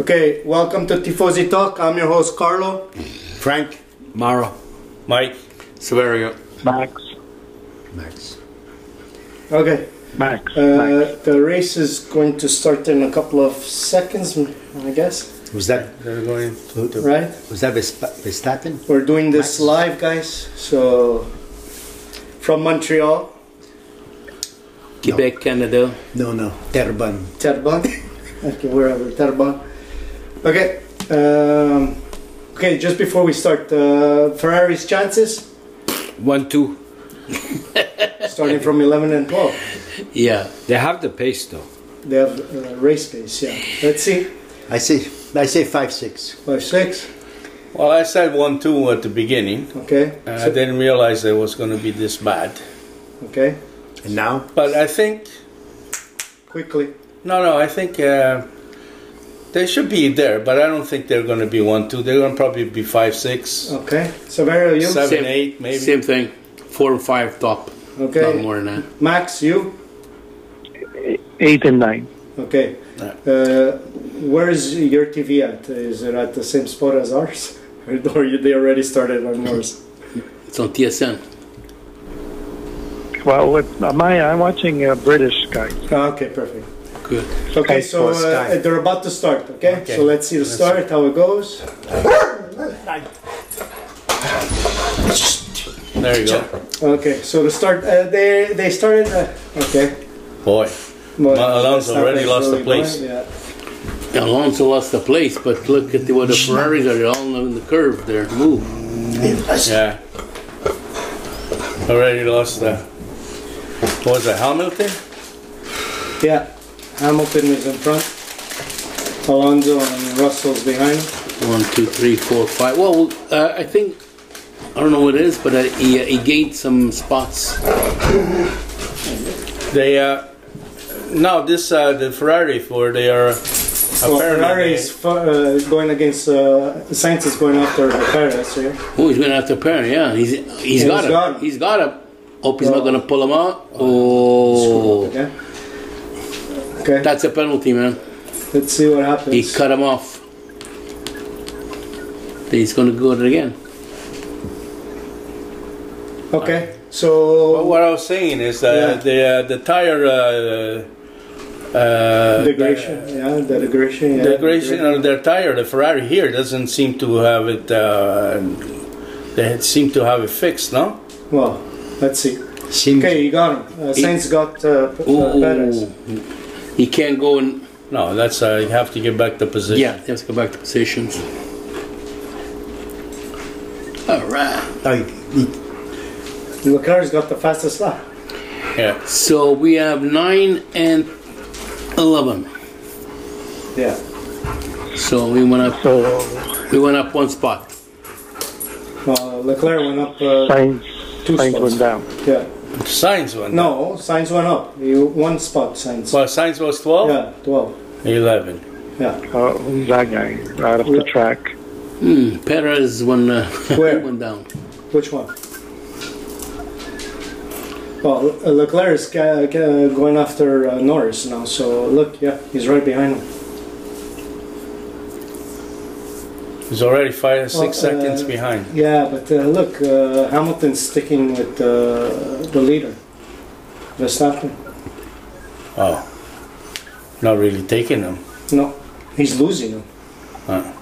Okay, welcome to Tifosi Talk. I'm your host, Carlo. Frank, Mara. Mike. Saverio, Max. Max. Okay, Max. Max. uh, the race is going to start in a couple of seconds, I guess, Was that They're going. who- who- right? was that Vespa- Verstappen? We're doing this live, guys, so from Montreal, Quebec, Canada. No, no, Terban. Terban. Okay, wherever Terban. Okay. Um, okay. Just before we start, uh, Ferrari's chances One, two. starting from 11 and 12. Yeah. They have the pace though. They have uh, race pace. Yeah. Let's see. I say, I say five six. Five six. Well, I said one two at the beginning. Okay. And I So- didn't realize it was going to be this bad. okay. And now But I think Quickly. no, no. I think uh, they should be there, but I don't think they're going to be one two. They're going to probably be five six, Okay. Severo, you. seven eight, maybe. Same thing. Four or five top. Not Okay. more than that. Max, you. Eight and nine. Okay. Uh, where is your TV at? Is it at the same spot as ours, or you- they already started on yours? It's on TSN. Well, with uh, my, I'm watching uh, British guy. Ah, Okay. Perfect. Good. Okay, Skype so for uh, Skype. they're about to start. Okay, Okay. so let's see the start, how it goes. There you go, Okay, so the start, uh, they they started. Uh, okay, boy. well, Well, that's Alonso not already lost the necessarily place. going, Yeah. Alonso lost the place, but look at the, what the Ferraris are all on the curve. They're move. Yeah. Already lost the. What was it Hamilton? yeah, Hamilton is in front. Alonso and Russell's behind. One, two, three, four, five. Well, uh, I think I don't know what it is, but uh, he, uh, he gained some spots. They uh, now this uh, the Ferrari for they are. Well, apparently Ferrari they- is fu- uh, going against. Uh, Sainz is going after Perez here. Oh, he's going after Perrin. Yeah, he's he's Yeah, Oh, got he's him. got him. He's got him. Hope he's Oh. not going to pull him out. Oh, Okay. Okay. that's a penalty, man. Let's see what He happens. cut him off. Then he's going to go at it again. Okay. So But what I was saying is that the uh, the tire uh, uh, degradation. Yeah, the degradation. Yeah, degradation of their tire, the Ferrari here doesn't seem to have it. Uh, they seem to have it fixed, no? Well, let's see. seems Okay, you got him. Uh, Saints got uh, P- Ooh, uh, Perez. he can't go and No, that's uh, you have to get back the position. yeah. Let's go back to positions. All right. like Leclerc's got the fastest lap. yeah. So we have nine and eleven. Yeah. So we went up. So We went up one spot. Well, Leclerc went up. Uh, signs, Two signs spots. went down. yeah. Signs one. No, Sainz went up. He one spot, Sainz. Well, signs was twelve. Yeah, twelve. Eleven. Yeah. Uh, who's that guy? Out of the track. Hmm. Perez went uh, Where? went down. Which one? Well, Le- Leclerc is ca- ca- going after uh, Norris now. So look, yeah, he's right behind him. He's already five, six Well, uh, seconds behind. Yeah, but uh, look, uh, Hamilton's sticking with uh, the leader, Verstappen. Oh, not really taking them. No, he's losing him. Huh.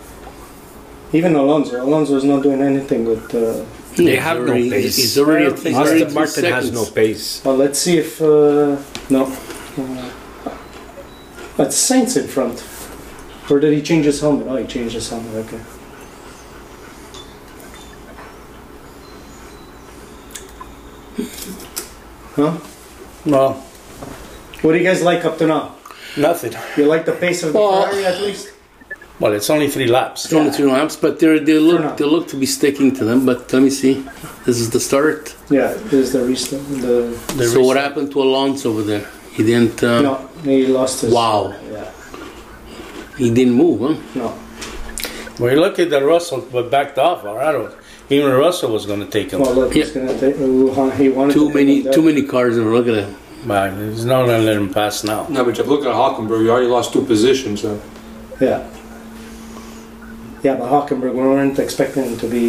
Even Alonso. Alonso is not doing anything with. Uh, They have no pace. He's already. Aston he's already Aston two Martin has seconds. no pace. well, let's see if. Uh, no. Uh, but Saints in front. Or did he change his helmet? Oh, he changed his helmet. Okay. Huh? Well, What do you guys like up to now? nothing. You like the pace of the Well- Ferrari at least? Well, it's only three laps. It's only two laps, but they they now. look they look to be sticking to them. But let me see. This is the start. Yeah, there's the restart. The The so what rest- happened to Alonso over there? He didn't. Uh, no, he lost his. Wow, Yeah. he didn't move, huh? No. We look at the Russell, but backed off. Alright, even Russell was going to take him. Well, look, he's Yeah. gonna take. uh, He wanted Too to many, take him too down. many cars. And look at him. But he's not going to let him pass now. No, but if you look at Hockenberg, you already lost two positions. Uh, Yeah. Yeah, but Hockenberg, we weren't expecting him to be.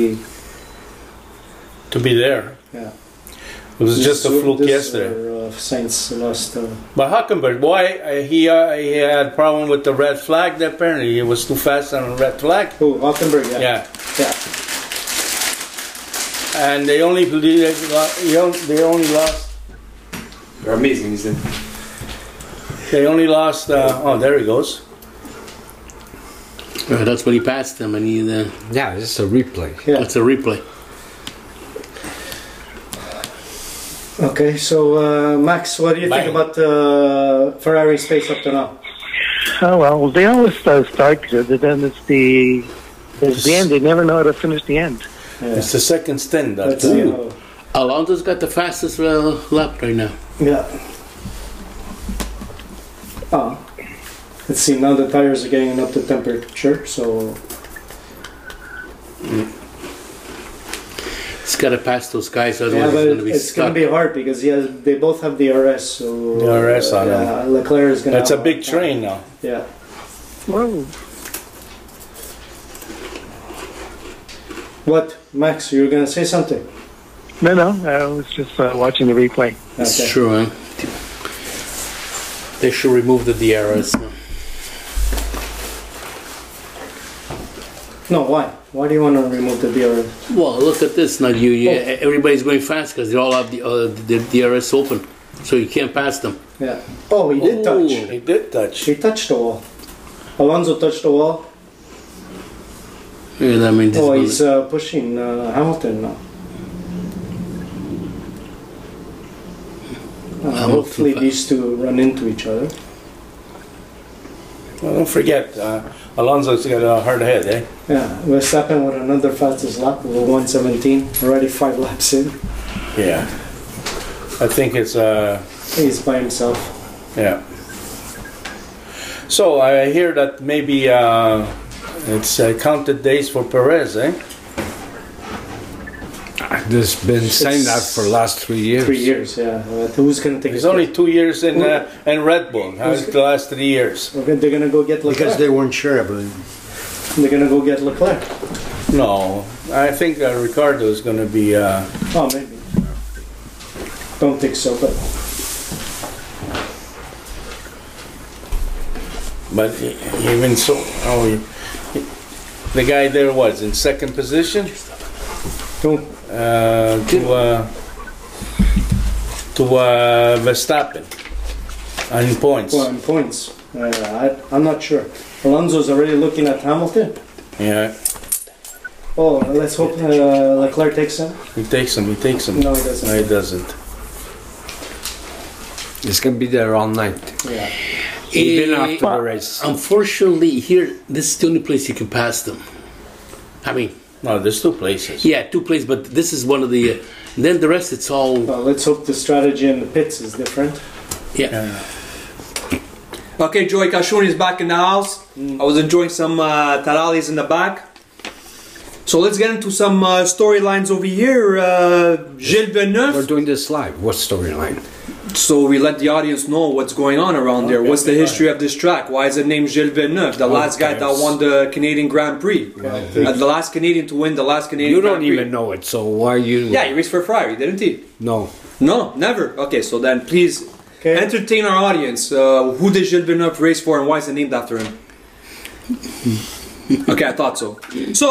to be there. Yeah. It was just a this- fluke this, yesterday. Uh, Saints lost. Uh, But Hockenberg, why uh, he uh, he had problem with the red flag? That apparently he was too fast on the red flag. who? Hockenberg, yeah. Yeah, Yeah. and they only they lo- they on- they only lost They're amazing, these things. they only lost. Uh, oh, there he goes. Uh, that's when he passed him, and he uh, Yeah, this is a replay. Yeah. that's a replay. Okay, so uh, Max, what do you Bang. think about uh, Ferrari's pace up to now? Oh well, they always uh, start good, and then it's the it's the end. They never know how to finish the end. It's the second stint. Let's That's see you. how- Alonso's got the fastest uh, lap right now. Yeah. Oh. Let's see, now the tires are getting up to temperature, so He's got to pass those guys, yeah, otherwise but he's going to be it's stuck. gonna be hard because he has, they both have the RS, so The RS on him. yeah, Leclerc is gonna. That's a have big hard time. train now. Yeah, Whoa. what, Max? You're gonna say something? No, no, I was just uh, watching the replay. It's Okay. true, huh? They should remove the DRS. now. No, why? Why do you want to remove the DRS? Well, look at this. Now you, you Oh. everybody's going fast because they all have the, uh, the DRS open, so you can't pass them. Yeah. Oh, he did touch. Ooh. He did touch. He touched the wall. Alonso touched the wall. Yeah, I mean, this Oh, goes- he's uh, pushing uh, Hamilton now. Uh, hopefully, these two run into each other. Well, don't forget, uh, Alonso's got a hard head, eh? Yeah, Verstappen with another fastest lap, over 117, already five laps in. Yeah. I think it's uh, He's by himself. Yeah. So I hear that maybe uh, it's uh, counted days for Perez, eh? There's been saying that for last three years. Three years, yeah. But who's going to take He's his only place? two years in uh, in Red Bull. How's the last three years? We're gonna- They're going to go get Because Leclerc. they weren't sure about him. They're going to go get Leclerc. No, I think uh, Ricardo is going to be. Uh, Oh, maybe. Don't think so, but but e- even so, oh, he- he- the guy there was in second position don't. uh, to uh, to uh, Verstappen on points. Well, in points. Uh, I, I'm not sure. Alonso's already looking at Hamilton. Yeah, Oh, let's hope uh, Leclerc takes him. he takes him. He takes him. No, he doesn't. No, he doesn't. It's gonna be there all night. Yeah. Even Eh, after the race. Unfortunately, here this is the only place you can pass them. I mean, No, there's two places. yeah, two places, but this is one of the. Uh, then the rest, it's all Well, let's hope the strategy in the pits is different. yeah. Okay, Joey Kashuni is back in the house. I was enjoying some uh, tamales in the back. So let's get into some uh, storylines over here. Uh, Gilles We're Villeneuve. doing this live. What storyline? So we let the audience know what's going on around there. What's the history of this track? Why is it named Gilles Villeneuve, the last guy that won the Canadian Grand Prix? Uh, the last Canadian to win the last Canadian You Grand don't Prix. even know it, so why you? Yeah, he raced for Ferrari, didn't he? No. No, never. Okay, so then please Okay. entertain our audience. Uh, who did Gilles Villeneuve race for and why is it named after him? okay, I thought so. So,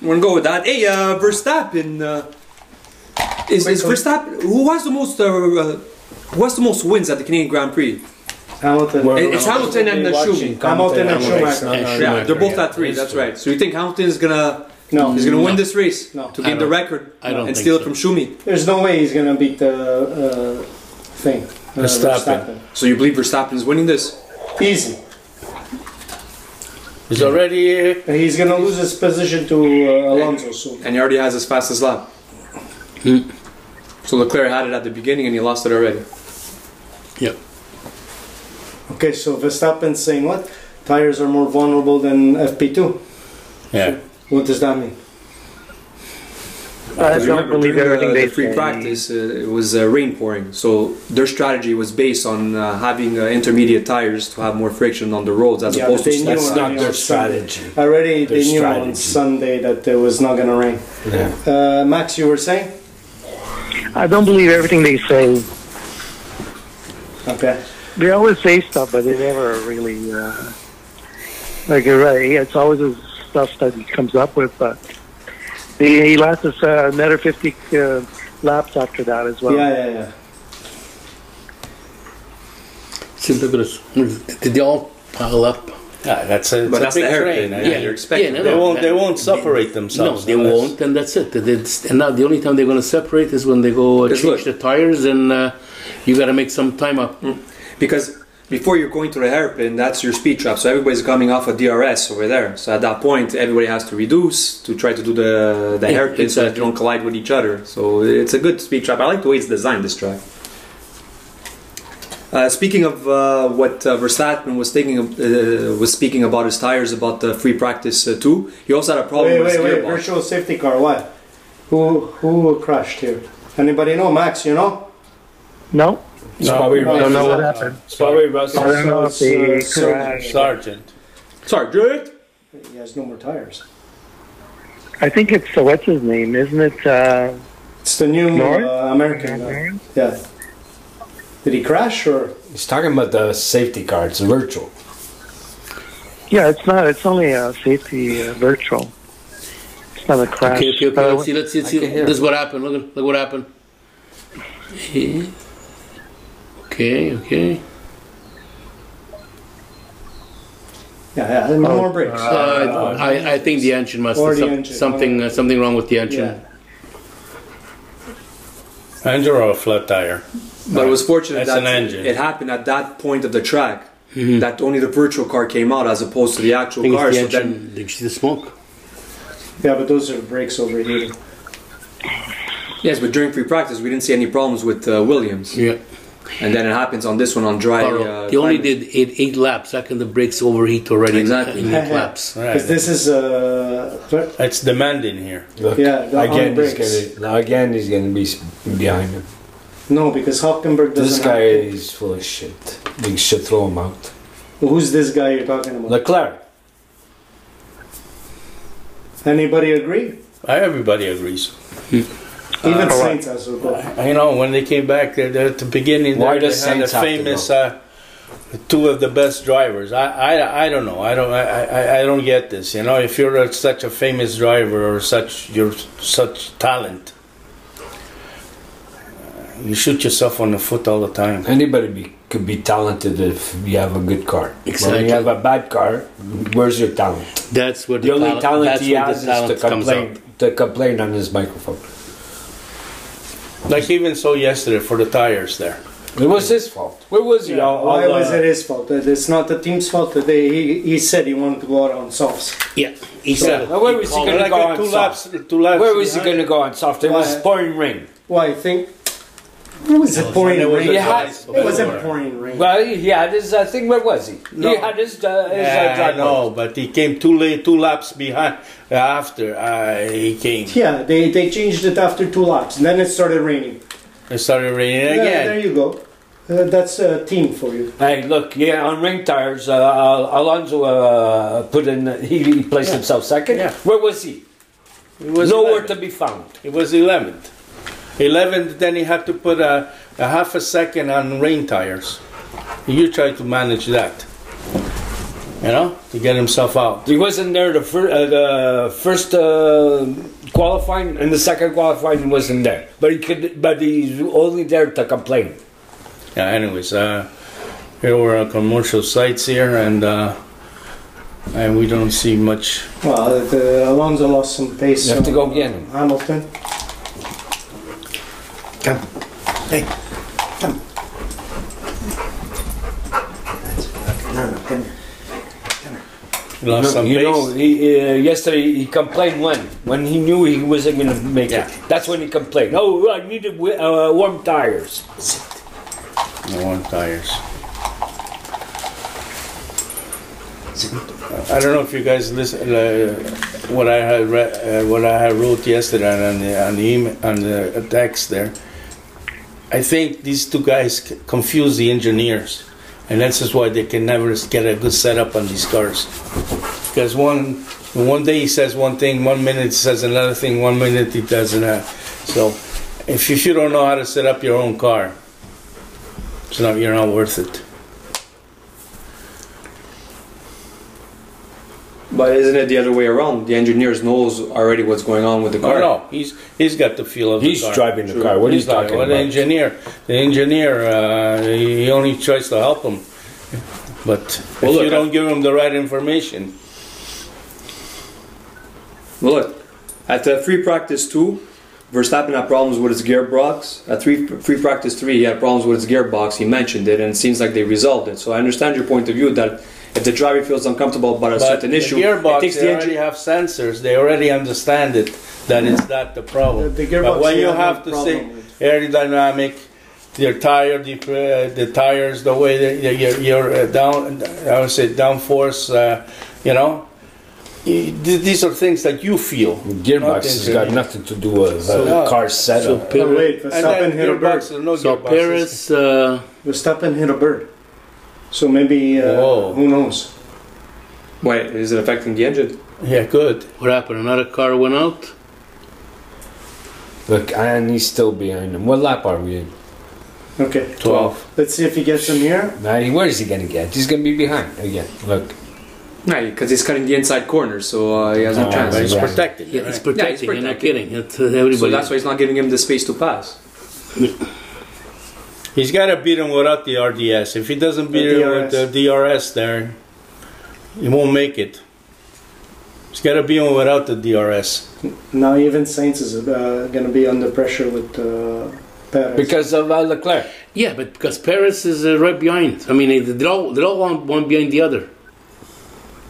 we're gonna go with that. Hey, uh, Verstappen. Uh, is, is Verstappen. Who has the most. Uh, uh, who has the most wins at the Canadian Grand Prix? Hamilton. It- it's Hamilton and uh, Schumi. Hamilton and Hamilton. Schumacher. Yeah, they're both at three. That's right. So you think Hamilton is gonna No. is gonna win this race No. to I gain the don't- record I don't and think steal so. it from Schumi? There's no way he's going to beat the uh, thing. Uh, Verstappen. So you believe Verstappen is winning this? Verstappen. Easy. He's already. Uh, He's going to lose his position to uh, Alonso soon. and he already has his fastest lap. Hmm. So Leclerc had it at the beginning and he lost it already. Yep. Okay, so Verstappen's saying what? Tires are more vulnerable than FP2. yeah. What does that mean? I don't Remember, believe during the- everything they the free say. practice, uh, it was uh, rain pouring, so their strategy was based on uh, having uh, intermediate tires to have more friction on the roads as Yeah, opposed but to they knew static. on- not their on Sunday. strategy. Already Their they knew on strategy. Sunday that it was not gonna rain. Yeah. Uh, Max, you were saying? I don't believe everything they say. Okay. They always say stuff, but they never really. Uh, like you're right, it's always the stuff that he comes up with. But he, he lasts us uh, another 50 uh, laps after that as well. Yeah, yeah, yeah. Seems like it. Did they all pile up? Yeah, that's a, But it's that's a the big airplane. train. Yeah, eh? you're expecting. Yeah, no, They no, won't. that- They won't separate themselves. no, they unless- won't, and that's it. It's, and now the only time they're going to separate is when they go uh, It's change the good. tires, and uh, you got to make some time up. Because before you're going to the hairpin, that's your speed trap. So everybody's coming off a DRS over there. So at that point, everybody has to reduce to try to do the the Yeah, hairpin so that you don't collide with each other. So it's a good speed trap. I like the way it's designed. This track. Uh, speaking of uh, what uh, Verstappen was thinking of, uh, was speaking about his tires about the free practice uh, too, he also had a problem Wait, with wait, his wait. gearbox. Virtual safety car. What? Who who crashed here? Anybody know? Max, you know? No? It's probably No, I don't know it's what not. happened. It's probably Russell. I don't know if they crashed. Sergeant. Sorry, Jake. He has no more tires. I think it's, uh, what's his name, isn't it? Uh, It's the new Norris? uh, American guy. Yeah. Did he crash or? He's talking about Uh, the safety car. It's virtual. yeah, it's not. It's only a safety uh, virtual. It's not a crash. Okay, okay, okay. Uh, Let's see. Let's see. Let's see. can hear This is what happened. Look, at- look what happened. Yeah. Okay, okay. Uh, Yeah, yeah. No more brakes. Uh, I, I think the engine must Or have the some, engine. something uh, something wrong with the engine. yeah. Engine or a flat tire? But it was fortunate That's that an engine. it happened at that point of the track that only the virtual car came out as opposed to the Mm-hmm. I actual think car. it's the So then engine. Did you see the smoke? Yeah, but those are brakes overheating. yes, but during free practice we didn't see any problems with uh, Williams, Yeah. and then it happens on this one on dry. Uh, they only climate. did eight, eight laps. How can the brakes overheat already? in- Exactly. In eight laps. Right. Because this is uh, ver- It's demanding here. Look, Yeah, the- on again, he's brakes. gonna, now again, he's gonna be s- behind him. no, because Hockenberg doesn't. This guy Have, is full of shit. We should throw him out. who's this guy you're talking about? Leclerc. Anybody agree? I, everybody agrees. Even all right. Saints has a goal. You know, when they came back they- they- at the beginning, Why they, does they had the Sainz have to famous uh, two of the best drivers. I, I, I don't know. I don't. I, I, I don't get this. You know, if you're a, such a famous driver or such you're such talent, uh, you shoot yourself on the foot all the time. Anybody be, could be talented if you have a good car. When Exactly. you have a bad car, where's your talent? That's what The only talent- talent that's he where the has is talent to comes complain, out. to complain on his microphone. Like even so yesterday for the tires there. It was his fault. Where was he? all, Why all, was uh, it his fault? It's not the team's fault. They, he, he said he wanted to go out on softs. Yeah. He said. Now where was he going to Like go uh, on two soft? laps, two laps. Where was he behind. going to go on soft? It was Why? pouring rain. Why? I think. What was it pouring It was rain? a Yeah. drive. It wasn't pouring rain. Well, he had his uh, thing. Where was he? He had his. Uh, his uh, Yeah, I driveway. know, but he came too late, two laps behind. After uh, he came, Yeah, they, they changed it after two laps, and then it started raining. it started raining Yeah, there again. you go. Uh, that's a team for you. Hey, look, yeah, on ring tires, uh, Al- Alonso uh, put in, he, he placed himself second. Yeah. Where was he? It was Nowhere 11th. to be found. It was 11th. 11th, then he had to put a, a half a second on rain tires. You try to manage that, you know, to get himself out. He wasn't there the, fir- uh, the first uh, qualifying, and the second qualifying he wasn't there. But he could, but he's only there to complain. Yeah, anyways, uh, here we're on commercial sites here, and uh, and we don't see much. Well, uh, the Alonso lost some pace. You on have to go get him. Hamilton. Come. Hey, come. No, no, come here. We lost Uh, some you pace. know, he, uh, yesterday he complained when when he knew he wasn't going to make Yeah. it. That's when he complained. Oh, I needed wi- uh, warm tires. No one tires. I don't know if you guys listen uh, what I had re- uh, what I had wrote yesterday on the on the email, on the text there. I think these two guys c- confuse the engineers, and that's just why they can never get a good setup on these cars. Because one one day he says one thing, one minute he says another thing, one minute he does another. So if you, if you don't know how to set up your own car, it's not you're not worth it. Oh, But isn't it the other way around? The engineers knows already what's going on with the Oh car. no, he's he's got the feel of He's the car. driving the car. What are you He's like, talking well, The about? engineer, the engineer, uh, he he only tries to help him. But if Well, look, you I- don't give him the right information, Well, look, at uh, free practice two, Verstappen had problems with his gearbox. At three, free practice three, he had problems with his gearbox. He mentioned it, and it seems like they resolved it. So I understand your point of view that if the driver feels uncomfortable about a but certain the issue, gearbox, it takes they the already engine. have sensors. They already understand it. That it's not the problem. The- the but gearbox, when they you have no have to say problem with. aerodynamic, your tire, the, uh, the tires, the way that your your, your uh, down, I would say downforce, uh, you know. y- th- These are things that you feel. not Gearbox has got engineer. nothing to do with So- uh, car So setup. Oh, Paris, wait, And then Verstappen hit a bird. gearbox, there's no so gearboxes. Paris uh, Verstappen hit a bird. So maybe, uh, Whoa. who knows? Wait, is it affecting the engine? Yeah, good. what happened? Another car went out. Look, and he's still behind him. What lap are we in? Okay, Twelve. let's see if he gets him here. Now, he- where is he gonna get? He's gonna be behind again. Look, Right, because he's cutting the inside corner, so uh, he has no Ah, chance. right. It's Yeah. protected. Yeah, it's right? protecting. You're not kidding. It's, uh, everybody. So that's why he's not giving him the space to pass. He's got to beat him without the RDS. If he doesn't beat The him with the DRS there, he won't make it. He's got to beat him without the DRS. Now even Sainz is uh, going to be under pressure with uh, Perez. because of uh, Leclerc. yeah, but because Paris is uh, right behind. I mean, they- they're all they're all one, one behind the other.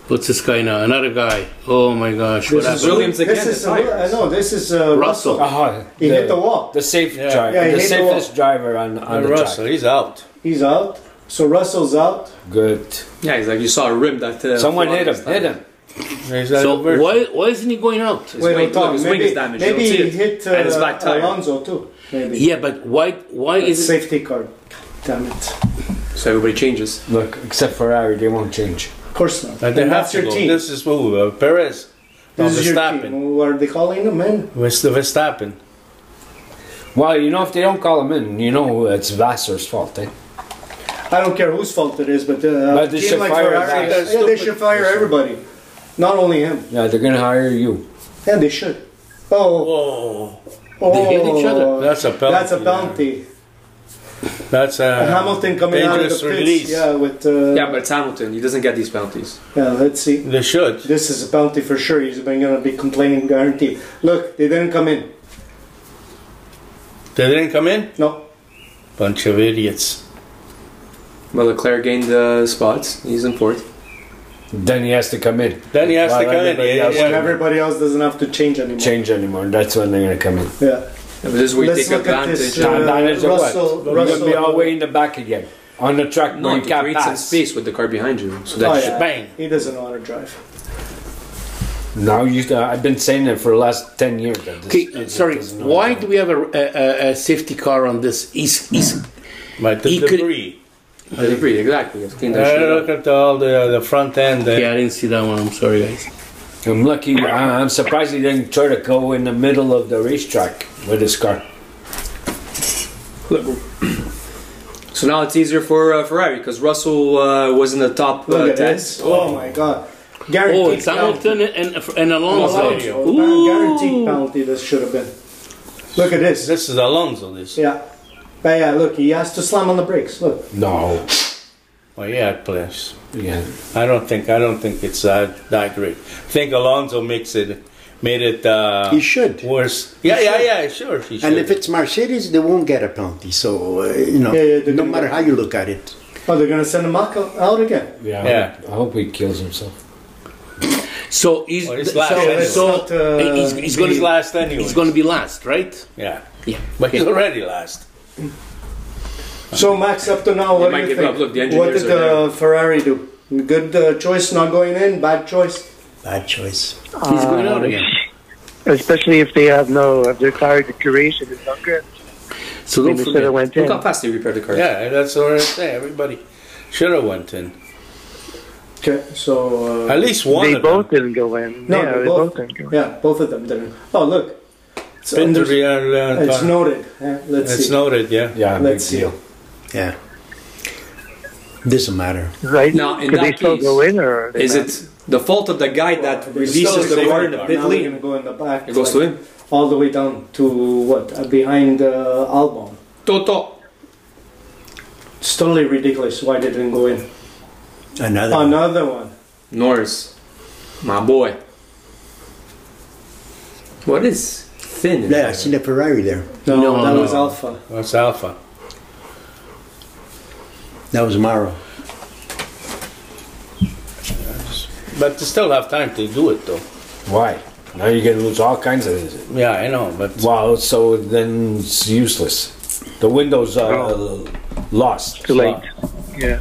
What's this guy now? Another guy. Oh my gosh! What this happened? is Williams again, This is the uh, tires. no, this is uh, Russell. Uh-huh, He hit the wall. The safe Yeah. driver. Yeah, he the hit the wall. safest driver on, on the Russell, track. he's out. He's out. So Russell's out. Good. Yeah, he's like you saw a rim that. Uh, Someone flew out hit of him. his Hit tire. him. He's out So of version. why why isn't he going out? His wing, Tom, look, his wing maybe is damaged. you maybe don't see he it. hit uh, and his back tire. Alonso too. Maybe. Yeah, but why why is it? Safety car. Damn it. So everybody changes. Look, except Ferrari, they won't change. Of course not. And they And have that's to your go. team. This is who? Uh, Perez. This No, is your Verstappen. team. What are they calling him, man? Where's the Verstappen? Well, you know, if they don't call him in, you know it's Vassar's fault, eh? I don't care whose fault it is, but uh, a they team should like fire Ferrari, that yeah, they should fire everybody, not only him. Yeah, they're gonna hire you. Yeah, they should. Oh, Oh, oh They hate each other. That's a penalty. That's a bounty. that's a And Hamilton coming out of the dangerous pits. release. Yeah, with uh, Yeah, but it's Hamilton. He doesn't get these penalties. yeah, let's see. They should. This is a bounty for sure. He's been gonna be complaining, guaranteed. Look, they didn't come in. They didn't come in. No, Bunch of idiots. Well, Leclerc gained uh, spots. He's in fourth. Then he has to come in. Then he has While to come in. everybody Yeah, else yeah. when everybody else doesn't have to change anymore. doesn't Change anymore. That's when they're gonna come in. Yeah. Yeah, but this is where you Let's take look at advantage. this, of- Uh, Advantage of what? Russell- You're gonna be Russell- all way in the back again on the track No, where you to can't create some pass. space with the car behind you. So that Oh, should- yeah. bang. He doesn't know how to drive. Now you, uh, I've been saying it for the last ten years. That this, Okay, sorry. doesn't know. Why do we have a, a, a- a safety car on this? He's, he's But the He could- debris. I agree, exactly. You have to clean that I shit Uh, look up. at all the the front end. uh, there. yeah, I didn't see that one. I'm sorry, guys. I'm lucky. uh, I- I'm surprised he didn't try to go in the middle of the racetrack with his car. So now it's easier for uh, Ferrari because Russell uh, was in the top Look uh, at ten. this. Oh my god. Guaranteed. Oh, it's penalty. Hamilton and and Alonso. Alonso. Man, Ooh. guaranteed penalty this should have been. Look at this. This is Alonso. This. Yeah. But yeah, look, he has to slam on the brakes. Look. No. Oh yeah, please. Yeah. I don't think I don't think it's that that great. I think Alonso makes it made it uh, He should. worse. Yeah, yeah, yeah. Sure, he should. And if it's Mercedes, they won't get a penalty. So, uh, you know, Yeah, yeah, they're no gonna- matter how you look at it. Oh, they're gonna send him out out again. Yeah. Yeah. I hope he kills himself. So he's Oh, he's so, last anyway. so Let's not, uh, he's, he's he's going to last anyway. He's going to be last, right? yeah, Yeah. but he's already last. So Max, up to now, He what do might you give think? up. Look, the what engineers did are uh, Ferrari do? Good uh, choice not going in, bad choice. Bad choice. He's going out again. Especially if they have no, if their car deterioration is not good. So Maybe don't should have forget. went in. Look how fast they repaired the car. Yeah, that's what I say. Everybody should have went in. Okay, so. Uh, At least one. They of them. both didn't go in. no, yeah, they both, didn't go in. yeah, both of them didn't. Oh, look. It's, Been to under- be, uh, uh, it's con- noted. eh? Let's it's see. noted, yeah. Yeah, big Let's see. deal. Yeah. Doesn't matter. Right? Now, in Could they that still case, go in or? are they Is not? it the fault of the guy that They're releases still the car in there. the pit Now we're lane? gonna go in the back. It goes to like, him. All the way down to what? Uh, behind uh, Albon. Toto. It's totally ridiculous why they didn't go in. Another. Another one. Norris. My boy. What is thin? in Yeah, I there? see the Ferrari there. No, No, that no. was Alpha. That's Alpha. That was Maro. But you still have time to do it, though. Why? Now you're gonna lose all kinds of. Yeah, I know, but Wow. So then it's useless. The windows are lost. Too late. Yeah.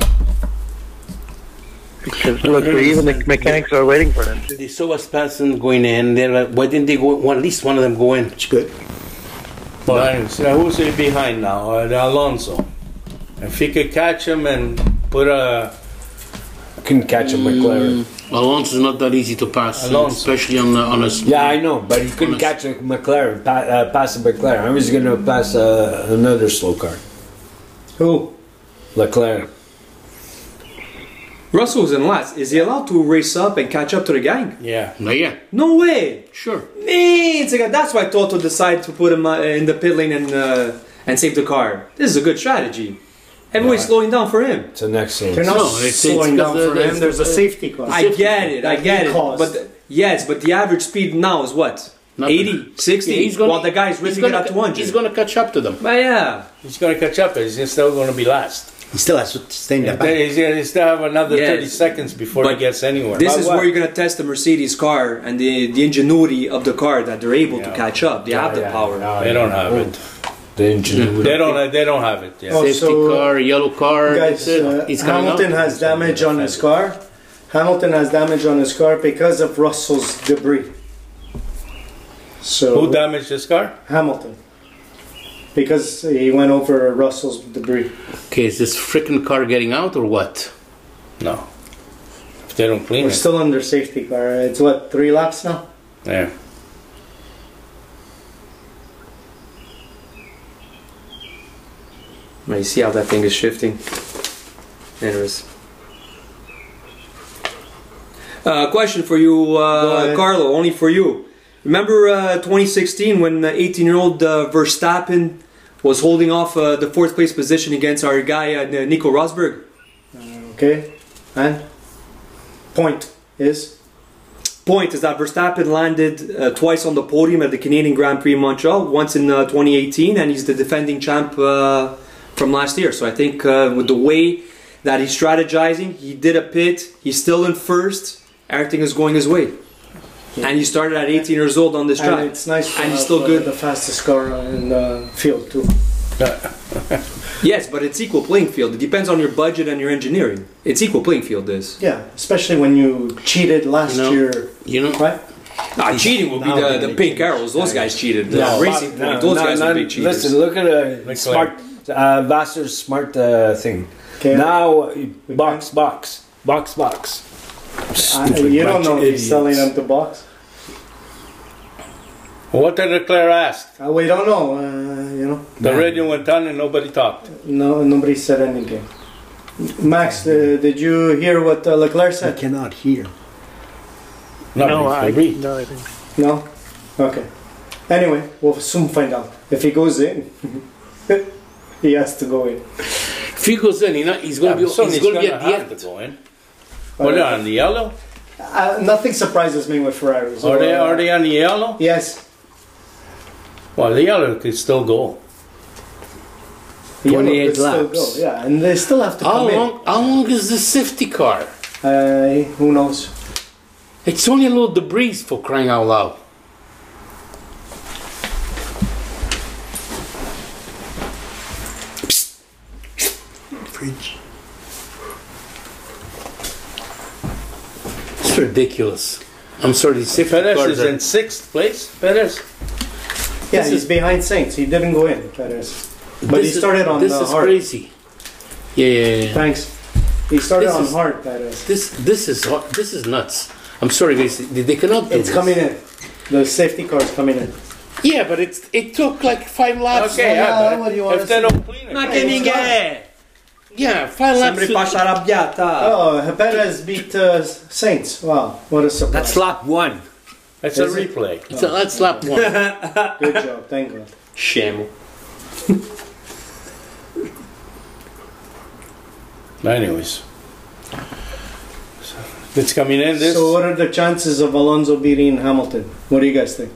Because look, even the mechanics are waiting for them. They saw Aspenson going in. They're like, why didn't they go? Well, at least one of them go in. It's good. Nice. Now, who's he behind now? Uh, Alonso. If he could catch him and put a Couldn't catch a McLaren. Alonso's not that easy to pass, Alonso. especially on the, on a. Yeah, I know, but he couldn't Honest. catch a McLaren. Pa- uh, pass a McLaren. I was gonna pass uh, another slow car. Who? Leclerc. Russell's in last. Is he allowed to race up and catch up to the gang? yeah, No, yeah, No way. sure. Man, it's like- that's why Toto decided to put him uh, in the pit lane and uh, and save the car. This is a good strategy. Everybody's slowing down for him. It's an excellent. They're not No, it's- slowing it's down the- for him. the- There's a safety car. I get it. I get it. Cost. But the- yes, but the average speed now is what? Nothing. 80, 60. Yeah, he's gonna- while the guy's he's ripping it gonna out to ca- 100. He's going to catch up to them. but yeah. he's gonna catch up. He's just still gonna be last. He still has to stay in the Then back. He's gonna still have another Yes. thirty seconds before he But gets anywhere. This But is what? where you're going to test the Mercedes car and the, the ingenuity of the car that they're able to Yeah. catch up. They have the power. They don't have it. The engine. They don't. They don't have it. Yeah. Oh, Safety so, car, yellow car. Guys, that's it. uh, It's coming Hamilton up. has damage on his car. Hamilton has damage on his car because of Russell's debris. So Oh. Who damaged this car? Hamilton, because he went over Russell's debris. Okay, is this freaking car getting out or what? No. If they don't clean We're it. still under safety car. It's what three laps now. Yeah. Now you see how that thing is shifting. Anyways. Uh, question for you, Go uh, ahead. Carlo, only for you. Remember uh, 2016 when 18 year old uh, Verstappen was holding off uh, the fourth place position against our guy, uh, Nico Rosberg? Okay, and point is point is that Verstappen landed uh, twice on the podium at the Canadian Grand Prix in Montreal, once in uh, 2018, and he's the defending champ uh, from last year. So I think uh, with the way that he's strategizing, he did a pit, he's still in first, everything is going his way. And he started at 18 years old on this and track. it's nice. to And he's have, still uh, good. The fastest car in the field too. Yes, but it's equal playing field. It depends on your budget and your engineering. It's equal playing field, this. Yeah, especially when you cheated last You know- year, You know, right? Nah, cheating would be Now the, they the make pink changes. arrows. Those guys cheated. The No, racing point. no, Those no, guys no, would be cheaters. Listen, look at a Leclerc. smart uh, Vassar's smart uh, thing. Okay. Now uh, box, box, box, box. Uh, you don't know if he's selling them. them to box. What did Leclerc ask? Uh, we don't know. Uh, you know, The radio went on and nobody talked. no, nobody said anything. Max, uh, did you hear what uh, Leclerc I said? cannot hear. No, I, agree. no, I didn't. No. Okay. Anyway, we'll soon find out if he goes in. he has to go in. if he goes in, he not, he's Yeah, going to but be, soon he's he's going to gonna be at the have to end. go in. What on the yellow? Uh, nothing surprises me with Ferraris. Are they? Uh, Are they on the yellow? Yes. Well, the yellow could still go. The yellow 28 could still laps. go, Yeah, and they still have to How come long? How long is the safety car? in. Uh, who knows? It's only a little debris for crying out loud. Fridge. It's ridiculous. I'm sorry, these safety Perez cars is are- in sixth place. Perez. Yeah, This he's is- behind Saints. He didn't go in, Perez. But this he is- started on This the is hard. crazy. Yeah, yeah, yeah. Thanks. He started This on is- hard, Perez. This this is hard- this is nuts. I'm sorry, guys. They, they cannot do It's this. coming in. The safety car's coming in. Yeah, but it's it took like five laps. Okay, yeah, yeah, what do you but wanna if they don't clean it. Ma che minchia è? Yeah, five laps. Sembri to- fascia arrabbiata. Oh, Perez beat uh, Saints. Wow, what a surprise. That's lap one. It's a Is it? replay. It's a, that's lap one. Good job, thank God. Scemo. Anyways. So, It's coming in this. So, what are the chances of Alonso beating Hamilton? What do you guys think?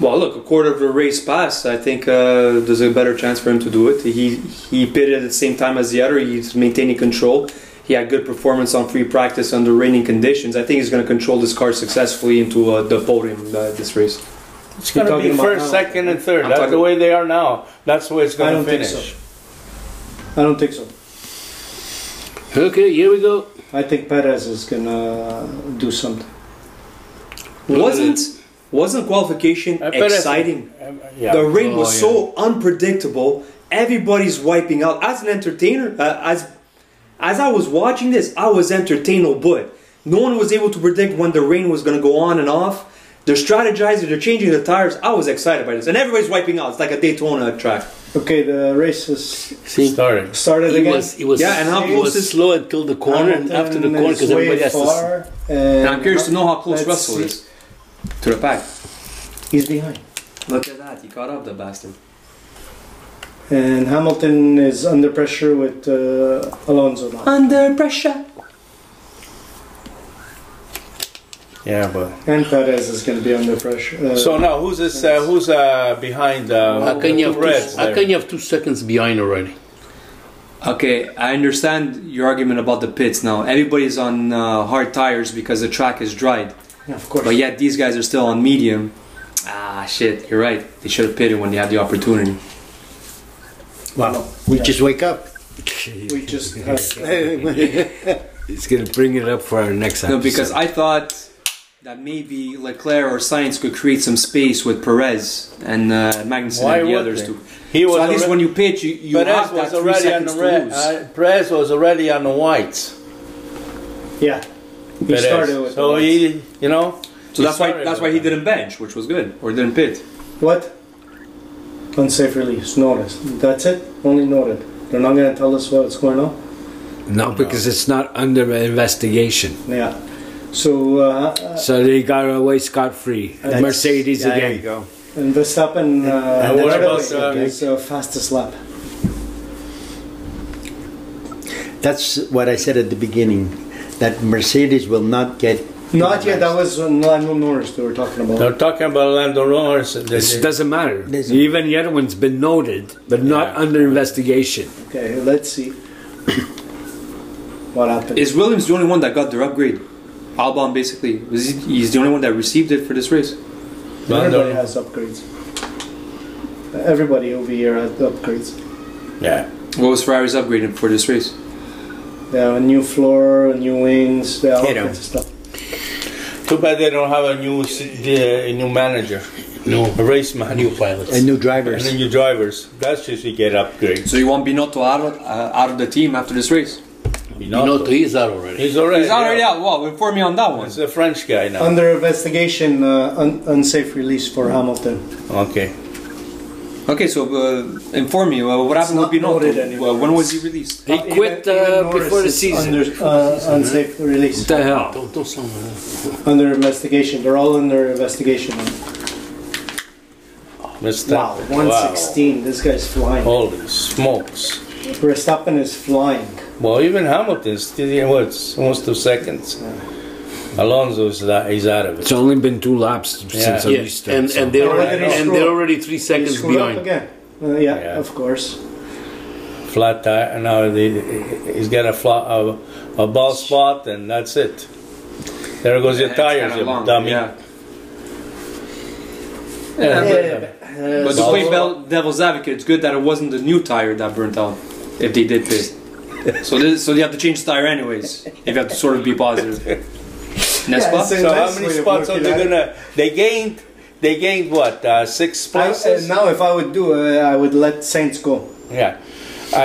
Well, look, a quarter of the race passed. I think uh, there's a better chance for him to do it. He he pitted at the same time as the other. He's maintaining control. He had good performance on free practice under raining conditions. I think he's going to control this car successfully into uh, the podium uh, this race. It's going to talking be about first, now. second, and third. I'm That's the talking- way they are now. That's the way it's I going don't to think finish. so. I don't think so. okay, here we go. I think Perez is gonna do something. Wasn't wasn't qualification I bet I- exciting? Um, yeah. The ring was Oh, so unpredictable. Everybody's wiping out. As an entertainer, uh, as as I was watching this, I was entertained, oh, but no one was able to predict when the rain was going to go on and off. They're strategizing, they're changing the tires. I was excited by this, and everybody's wiping out. It's like a Daytona track. Okay, the race is See, Started. started it again. was it was Yeah, and how it was close is- slow until the corner and after the Hamilton corner is because way everybody has to. far, and And I'm curious to know how close let's Russell see. is to the pack. He's behind, Look at that, he caught up, the bastard. and Hamilton is under pressure with uh, Alonso now. Under pressure. Yeah, but. And Perez is gonna be under pressure. Uh, So now who's this? Uh, who's uh, behind uh, How the can you two have Reds two, how there? can you have two seconds behind already? Okay, I understand your argument about the pits now. Everybody's on uh, hard tires because the track is dried. yeah, of course. But yet these guys are still on medium. Ah, shit, you're right. They should have pitted when they had the opportunity. We just wake up. we just have, He's gonna bring it up for our next No, episode. because I thought that maybe Leclerc or Sainz could create some space with Perez and uh, Magnussen Why and the would others they? too. He so was at least alre- when you pitch, you, you Perez have that was three already on seconds the to red. lose. Uh, Perez was already on the whites. yeah. He Perez. started with so he, you know. so he that's why started that's with why he that. didn't bench, which was good, or didn't pit. What? Unsafe release. Notice. That's it. Only noted. They're not gonna tell us what's going on. no, because it's not under investigation. Yeah. So uh, So they got away scot free. Mercedes Yeah, There you again. go. and Verstappen. Uh, And what right about, away um, is, uh, fastest lap? That's what I said at the beginning. That Mercedes will not get. Not yet. That was Lionel Norris we were talking about. They're talking about Lando Norris. They- This they- doesn't matter. Doesn't- Even the other one's been noted, but not under investigation. Okay, let's see what happened. Is Williams the only one that got their upgrade? Albon basically. Was he, he's the only one that received it for this race. Everybody Lando- has upgrades. Everybody over here had upgrades. yeah. What was Ferrari's upgrade for this race? They have a new floor, new wings, they have all Potato. kinds of stuff. Too bad they don't have a new c- the- a new manager, No, a race manager, new pilots. And new and drivers. then new drivers. That's just you get upgrades. So you want Binotto out of, uh, out of the team after this race? Binotto is out already. He's already. He's already out. Wow, inform me on that one. He's a French guy now. Under investigation, uh, un- unsafe release for Hamilton. Okay. Okay, so uh, inform me. Uh, what happened with not noted Binotto? anymore. Well, Uh, when was he released? He quit Even- even uh, Norris before the is season. Under, uh, unsafe what release. the hell? Don't don't sound like that. Under investigation. They're all under investigation. Mr. Wow, 116. This guy's flying. Holy smokes. Verstappen is flying. Well, even Hamilton's still yeah, what's almost two seconds. Alonso's that he's out of it. It's only been two laps since Yeah, I restarted. and so- and they're Or whether already, they and screw they're up. already three He seconds screwed behind. up again. Uh, yeah, Yeah. of course. Flat tire. and Now they- he's got a flat a, a ball spot, and that's it. There goes your It's tires, kinda you long, dummy. yeah. Yeah, Uh, But to so- play bel- devil's advocate, it's good that it wasn't the new tire that burnt out. If they did this, So this, so you have to change the tire anyways. If you have to sort of be positive. Nespa? Yeah, it's a- So Nice how many way of spots are working they out. gonna? They gained. They gained what? Uh, six I, uh, places. now, if I would do, uh, I would let Saints go. Yeah. I, I,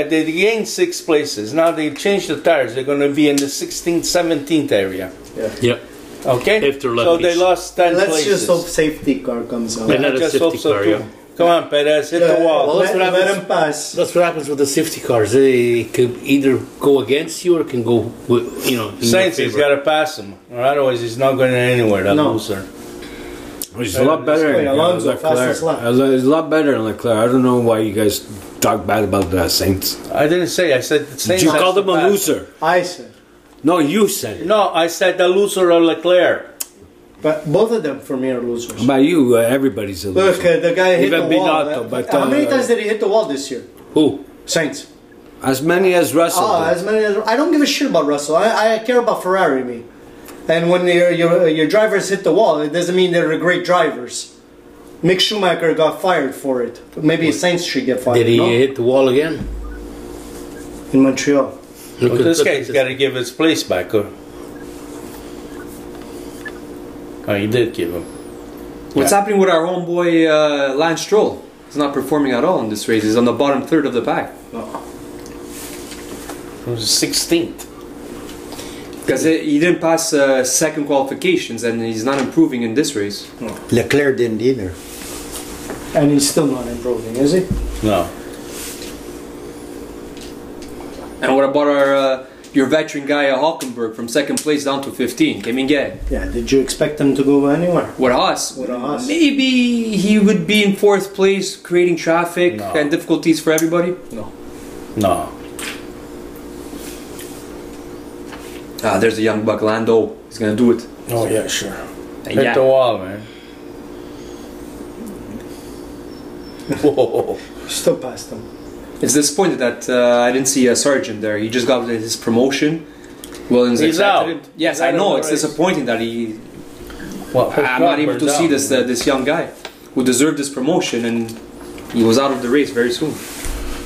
I- they gained six places. Now they changed the tires. They're going to be in the 16th, 17th area. Yep. Okay. If they're so lucky. they lost 10 And let's places. just hope safety car comes out. Yeah, I Another just safety hope so car, too. yeah. Come on, Perez, hit Yeah, the wall. let, what let happens- him pass. That's what happens with the safety cars. They can either go against you or can go, with, you know, in Saints your has favor. got to pass him, or otherwise he's not going anywhere. That No. loser. He's a lot better Wait, than Alonso, Leclerc. fastest lap. He's a lot better than Leclerc. I don't know why you guys talk bad about the Saints. I didn't say. I said Saints. you has called to him a pass. loser. I said. No, you said it. No, I said the loser of Leclerc. But both of them for me are losers. By you, uh, everybody's a loser. Look, uh, the guy hit Even the wall. Binotto, Uh, but, How many uh, times did he hit the wall this year? Who? Saints. As many as Russell. Oh, did. as many as I don't give a shit about Russell. I, I care about Ferrari, me. And when your, your your drivers hit the wall, it doesn't mean they're great drivers. Mick Schumacher got fired for it. Maybe Saints should get fired. Did he no? hit the wall again? in Montreal? Look Well, at- this look at guy's got to give his place back. Or... Oh, he did give him. What's happening with our homeboy uh, Lance Stroll? He's not performing at all in this race. He's on the bottom third of the pack. It was 16th. Because he didn't pass uh, second qualifications and he's not improving in this race. Leclerc didn't either. And he's still not improving, is he? No. And what about our uh, your veteran guy uh, Hulkenberg from second place down to 15? Que Miguel. Yeah. Did you expect him to go anywhere? With us, With us. maybe he would be in fourth place, creating traffic No. and difficulties for everybody. No. No. Ah, there's a young buck Lando. He's gonna do it. Oh, yeah, sure. Hit Yeah. the wall, man. Whoa. Still past him. It's disappointed that uh, I didn't see a sergeant there. He just got his promotion. Williams He's out. accepted it. Yes, He's I out of know. the It's race. disappointing that he. Well, I'm not able to see this uh, this young guy who deserved this promotion and he was out of the race very soon.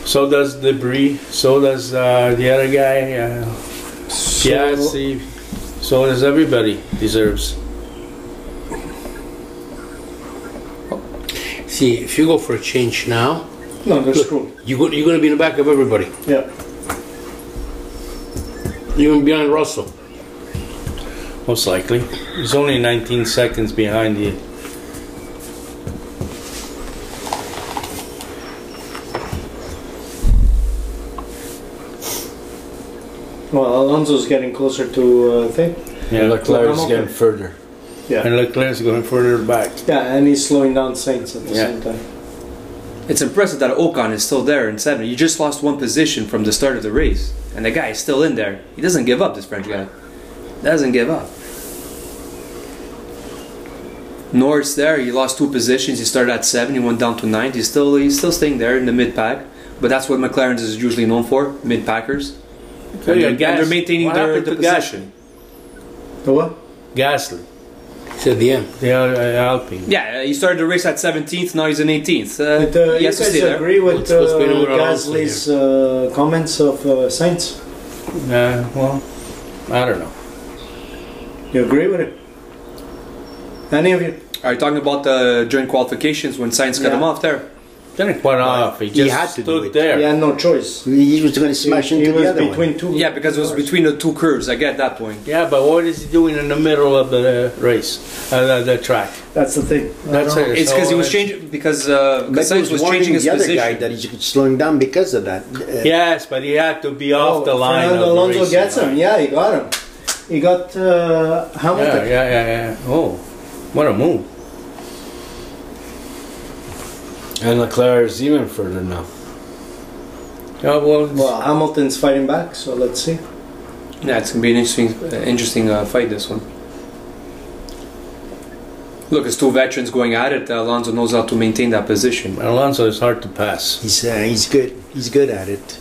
So does debris. So does uh, the other guy. Uh, yeah, see. So does everybody deserves. See, if you go for a change now, No, they're Look. screwed. you go, you're going to be in the back of everybody. Yeah. You're going to be behind Russell. Most likely. He's only 19 seconds behind you. Well, Alonso's getting closer to uh, thing. Yeah, Leclerc is I'm getting okay. further. And Leclerc's going further back. Yeah, and he's slowing down Saints at the Yeah. same time. It's impressive that Ocon is still there in seven. He just lost one position from the start of the race, and the guy is still in there. He doesn't give up. This French guy doesn't give up. Norris there. He lost two positions. He started at seven. He went down to nine. He's still he's still staying there in the mid pack. But that's what McLaren is usually known for: mid packers. Tell you, and Gas- they're maintaining what their- happened their to Gas- position. The what? Gasly. It's at the end. They are uh, Alpine. Yeah, he started the race at 17th. Now he's in 18th. Uh, But, uh, he you has to guys stay there. agree with What's- what's uh, going on with Alonso Gasly's uh, comments of uh, Saints? Uh, well, I don't know. You agree with it? Any of you? Are you talking about uh, during qualifications when Sainz cut Yeah. him off there? Didn't quite off. He just had to do stood it. there. He had no choice. He was going to He, smash he into was the other between one. two. Yeah, because it was between the two curves. I get that point. Yeah, but what is he doing in the middle of the race, uh, the, the track? That's the thing. I That's don't know. it. It's because he So was it's- changing because uh, 'cause But he Sainz was changing his the other position. guy that he's slowing down because of that. Uh, Yes, but he had to be off the Oh, line. Fernando of the Alonso racing gets him. line. Yeah, he got him. He got uh, Hamilton. Yeah, yeah, yeah, yeah. Oh, what a move! And Leclerc is even further now. Yeah, well, Well, Hamilton's fighting back, so let's see. Yeah, it's gonna be an interesting, uh, interesting uh, fight. This one. Look, it's two veterans going at it. Uh, Alonso knows how to maintain that position. Alonso is hard to pass. He's uh, he's good. He's good at it.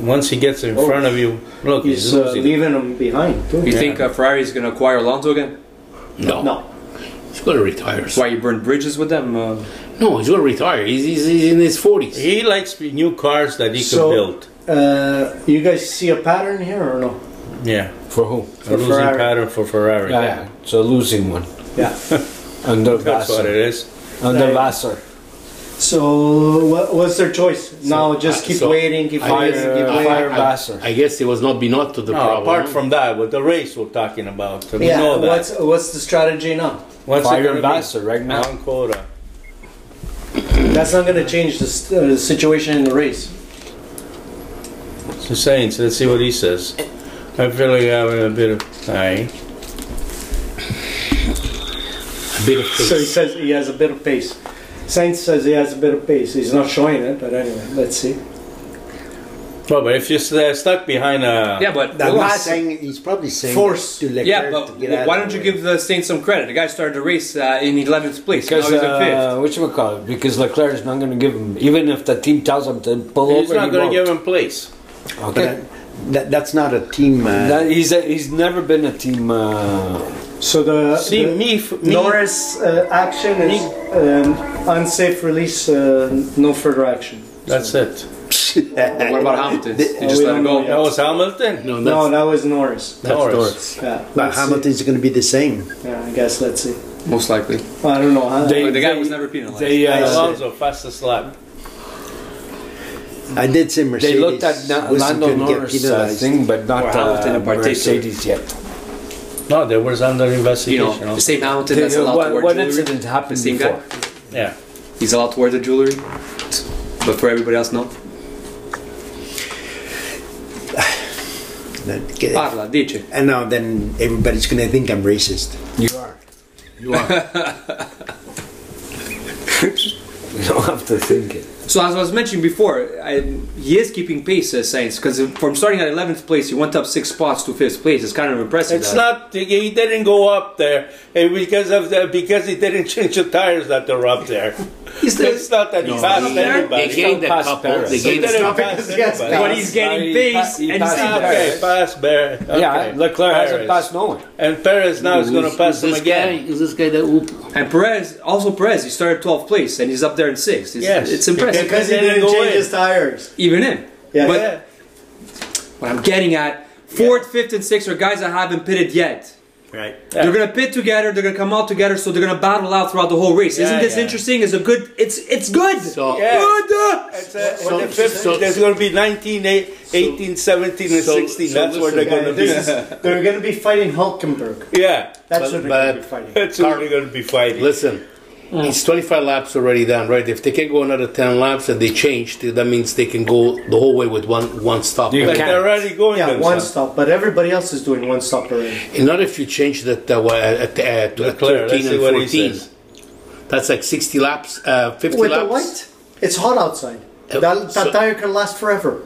Once he gets in Oh. front of you, look, he's, He's uh, losing. leaving him behind, too. You think uh, Ferrari is gonna acquire Alonso again? No. No. He's going to retire. That's why you burned bridges with them. Uh, No, he's going to retire. He's, he's, he's in his 40s. He likes new cars that he can So- build. Uh, you guys see a pattern here or no? Yeah. For who? a losing Ferrari. pattern for Ferrari. Yeah, yeah. It's a losing one. Yeah. Under That's what it Vassar. is. Under Vassar. So what, what's their choice? now just uh, keep so waiting, keep I- waiting, keep Uh, waiting. Fire Vassar. I guess it was not Binotto the No, problem. apart from that, with the race we're talking about, we yeah. know that. What's what's the strategy now? What's it Fire gonna be? Vassar right now. On quota. That's not going to change the s- uh, situation in the race. So Saints, let's see what he says. I feel like having a bit of aye. a bit of So he pace. says he has a bit of pace. Sainz says he has a bit of pace. He's not showing it, but anyway, let's see. Well, but if you're st- stuck behind a Yeah, but That hold on. was saying he's probably saying Force. to Leclerc yeah, but to get out why of don't the you way. give the Saints some credit? The guy started the race uh, in 11th place. Because now he's in uh, what you call it? Because Leclerc is not going to give him, even if the team tells him to pull he's over. not he going won't. to give him place. Okay. That, that's not a team. Uh, That, he's a, he's never been a team. Uh, So the, See, the me, f- me Norris uh, action is um, unsafe release, uh, no further action. that's it. fifth. What about Hamilton? Did you Oh, just we let him don't know go? That was Hamilton? No, No, that's, that was Norris. that's Norris. Norris. Yeah, but let's see. Hamilton's going to be the same. Yeah, I guess let's see. Most likely. I don't know. Huh? But the guy they- was never penalized. they uh, Alonso, fastest lap. I did say Mercedes. they looked at Na- was Lando gonna get Norris uh, penalized. thing, but not Or Hamilton uh, in particular. Mercedes yet. No, there was under you investigation. know, the same Hamilton that's They- allowed What to wear what jewelry. incident happened Same guy. before? yeah. He's allowed to wear the jewelry, but for everybody else, no. That get- Ah. Parla, dice. And now then everybody's going to think I'm racist. You don't have to think it. So as I was mentioning before, I, he is keeping pace, says Sainz, because from starting at 11th place, he went up six spots to fifth place. It's kind of impressive. It's that- not. He didn't go up there eh, because of the, because he didn't change the tires that they're up there. He's the- it's not that he passed They anybody. gained the Pass couple. They Perez. He gained didn't the pass anybody. But he's getting He pace, pass- he and passed he's Perez. Okay, pass Bear. Okay. Yeah, Leclerc hasn't Perez. passed no one. And Perez now is going to pass him this again. Guy, is this guy that whoop? And Perez, also Perez, he started 12th place, and he's up there in sixth. It's, Yes. it's impressive, because he They didn't didn't go change in. his tires. even him. Yeah. But Yeah. what I'm getting at, fourth, fifth, and sixth are guys that haven't pitted yet. Right. They're gonna pit together. They're gonna come out together. So they're gonna battle out throughout the whole race. Isn't Yeah, this yeah. interesting? It's a good. It's it's good. So- Yeah. Good. It's, uh, So- with the fifth, so- there's going to be 19, eight- 18, 17, and so- 16. so That's where listen, they're going to be. This is, they're going to be fighting Hulkenberg. yeah. That's what they're going to be but- fighting. That's where they're going to be fighting. Listen, it's 25 laps already done, right? If they can go another 10 laps and they change, that means they can go the whole way with one one stop. You But can't. they're already going Yeah, one themselves. stop, but everybody else is doing one stop already. And not if you change that uh, wa- at, at, at Leclerc, let's 13 see and what he 14. says. That's like 60 laps, uh, 50 With the laps. white, it's hot outside. Uh, That, that so- tire can last forever.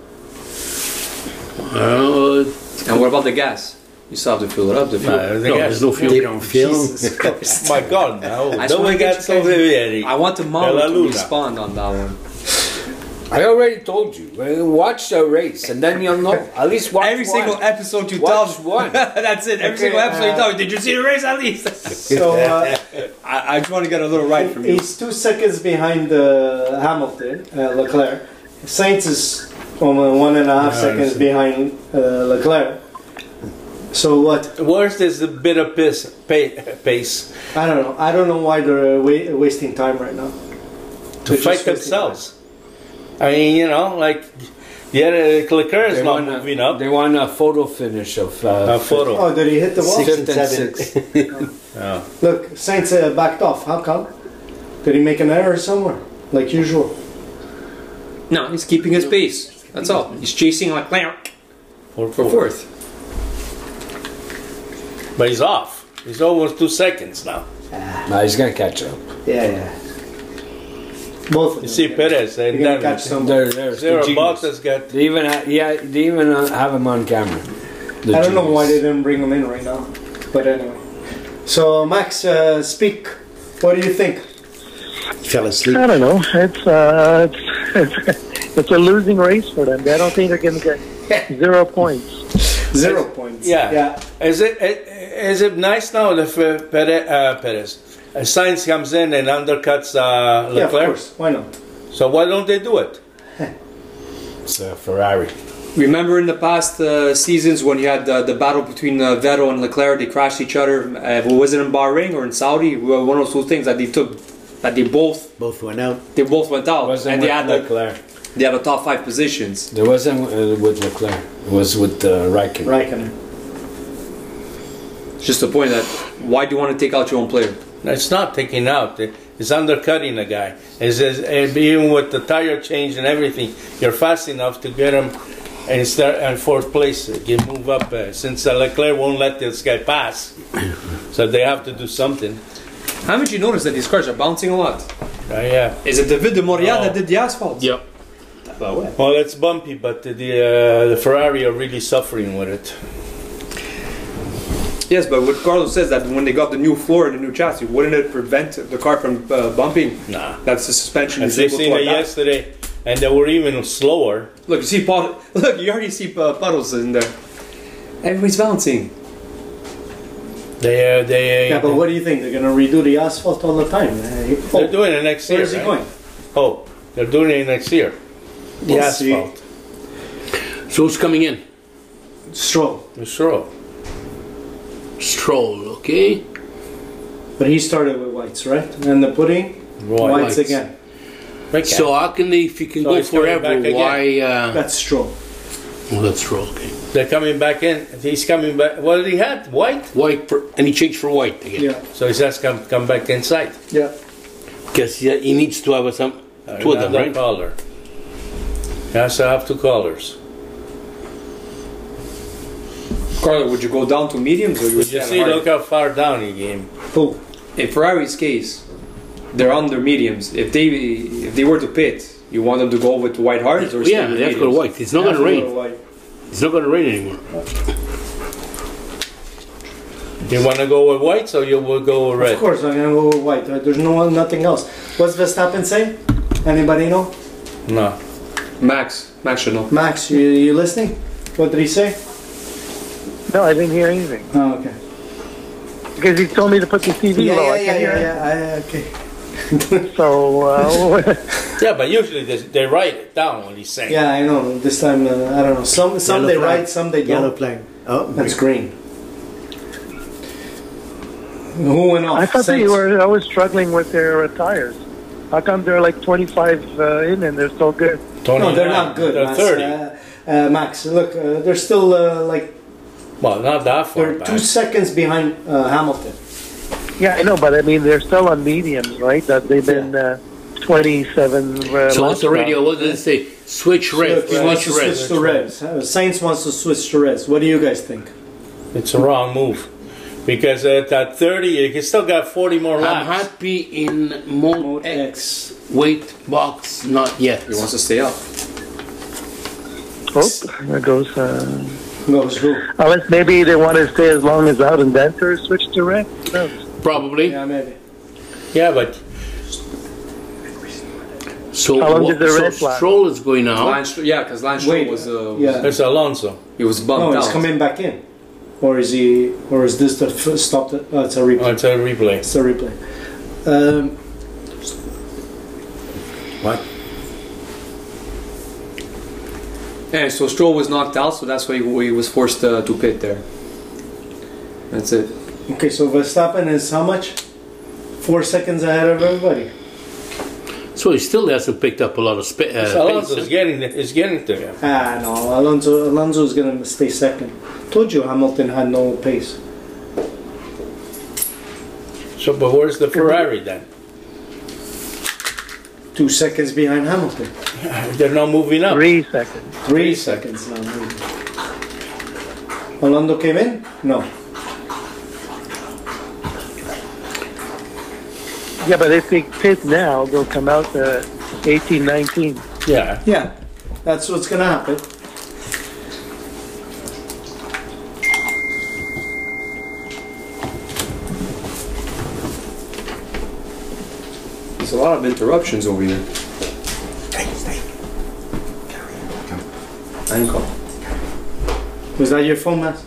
Uh, And what about the gas? You still have to fill it up. The fuel. Uh, they no, got- there's no fuel. They don't feel. My God, no. I just No wanna one get got you guys- so very. I want the model Bella to Luna. respond on that one. I already told you. uh, Watch the race, and then you'll know. At least watch Every one. single episode you Watch tell one. That's it. Every Okay, single episode you uh, tell me, Did you see the race at least? So uh, I, I just want to get a little right from you. he's two seconds behind uh, Hamilton, uh, Leclerc. Sainz is almost one and a half Yeah, I seconds see. behind uh, Leclerc. So what? Worst is a bit of piss, pa- pace I don't know. I don't know why they're uh, wa- wasting time right now. to fight themselves. I mean, you know, like the other Leclerc is They not want, a, moving up. they want a photo finish of A uh, photo. Oh, did he hit the wall? fifth and and seventh. sixth. Look, Sainz uh, backed off. How come? Did he make an error somewhere, like usual? No, he's keeping his pace. That's all. He's chasing Leclerc Or for fourth. fourth. But he's off. He's almost two seconds now. No, he's gonna catch up. Yeah, yeah. Both of them. You see Perez and You're gonna then catch some. There, there's Sarah the genius. Bottas got They even ha- yeah, they even uh, have him on camera. The I don't know genius. why they didn't bring him in right now, but anyway. So Max, uh, speak. What do you think? fell asleep. I don't know. It's uh, it's, it's, it's a losing race for them. I don't think they're going to get zero points. Zero points. yeah. Yeah. Is it eh, is it nice now if uh, Perez, uh, Perez uh, Sainz comes in and undercuts uh, Yeah, of Leclerc? course. Why not? so why don't they do it? It's uh, Ferrari. Remember in the past uh, seasons when you had the, the battle between uh, Vettel and Leclerc, they crashed each other. Uh, was it in Bahrain or in Saudi? Well, One of those things that they took, that they both Both went out. they both went out, Wasn't and they with had the, Leclerc. they had the top five positions. There wasn't uh, with Leclerc. It was with uh, Raikkonen. Raikkonen. It's Just the point that why do you want to take out your own player? No, It's not taking out. eh, It's undercutting the guy. It's, it's, and even with the tire change and everything, you're fast enough to get him and start and fourth place. You move up uh, since uh, Leclerc won't let this guy pass, so they have to do something. Haven't you noticed that these cars are bouncing a lot? Uh, yeah. Is it David de Moria No. that did the asphalt? Yep. Well, it's bumpy, but the uh, the Ferrari are really suffering with it. Yes, but what Carlos says that when they got the new floor and the new chassis, wouldn't it prevent the car from uh, bumping? Nah. That's the suspension And is they able to seen it adapt. yesterday, and they were even slower. Look, you see puddle. Look, you already see uh, puddles in there. Everybody's bouncing. They uh, they Yeah, but what do you think? They're gonna redo the asphalt all the time. eh? they're Oh, doing it next year. Where's he right? going? Oh, they're doing it next year. The We'll see. asphalt. So who's coming in? Stroll. Sure. Stroll, okay? But he started with whites, right? And the pudding, Right. whites, Whites. again. So how can they, if you can So go he's coming forever, back again. why? Uh, That's Stroll. well, that's Stroll, okay. They're coming back in. He's coming back. What did he have? White. White, for, and he changed for white again. Yeah, So he says come come back inside. yeah. Because yeah, he needs to have some, two of them, Another right? Color. He has to have two colors. Carlo, would you go down to mediums or you would Did you stand see? hard? Look how far down he came. Who? In Ferrari's case, they're on their mediums. If they if they were to pit, you want them to go with white hards or stay Yeah, with they have to go mediums? white. It's not going to rain. It's not going to rain anymore. You want to go with white, so you will go with Of red. course, I'm gonna go with white. Right? There's no nothing else. What's Verstappen say? Anybody know? No. Max, Max should know. Max, you, you listening? What did he say? No, I didn't hear anything Oh, okay. because he told me to put the TV Yeah, low. yeah, I yeah, can yeah, hear yeah. I- okay. it. So uh, Yeah, but usually they, they write it down when he's saying. Yeah, I know. This time, uh, I don't know. Some some Yellow they flag. right, some they Yellow don't. flag. Oh, That's green. Who went off? I thought they Saints. were always struggling with their uh, tires. How come they're like 25 uh, in and they're so good? No, they're 29. not good. They're Max. 30. Uh, uh, Max, look, uh, they're still uh, like well, not that far they're back. two seconds behind uh, Hamilton. Yeah, I know, but I mean they're still on mediums, right? That they've been uh, 27. Uh, So what's laps the now. radio? What does it say? Switch red. Look, he wants to Switch red. switch to Reds. Uh, Saints wants to switch to Reds. What do you guys think? It's a wrong move. Because at, at 30, you still got 40 more I'm laps. happy in mode, Mode X. Weight box not yet. He wants to stay up. Oh, there goes. Uh, Goes who? unless maybe they want to stay as long as out and then to switch to red. No. Probably. Yeah, maybe. Yeah, but So, How long what- did the so red flag? Stroll is going out. Lance- yeah, because Lance Stroll Wait, was uh, was- yeah. it's Alonso. he was No, Oh, bumped he's out. coming back in, or is he? Or is this the first stop? That, oh, it's a Oh, replay. it's a replay. It's a replay. Um, What? Yeah, so Stroll was knocked out, so that's why he, he was forced uh, to pit there. That's it. okay, so Verstappen is how much? Four seconds ahead of everybody. So he still hasn't picked up a lot of spa- So uh, pace. Alonso's huh? getting is getting to him. Ah, no, Alonso. Alonso is gonna stay second. Told you Hamilton had no pace. So, but where's the Ferrari then? Two seconds behind Hamilton. They're not moving Oh. up. Three seconds. Three seconds now. maybe. Orlando came in? No. Yeah, but if they pit now, they'll come out uh, 18, 19. Yeah. Yeah, that's what's gonna happen. There's a lot of interruptions over here. Stay, stay. Carry on. Come. Was that your phone, Matt?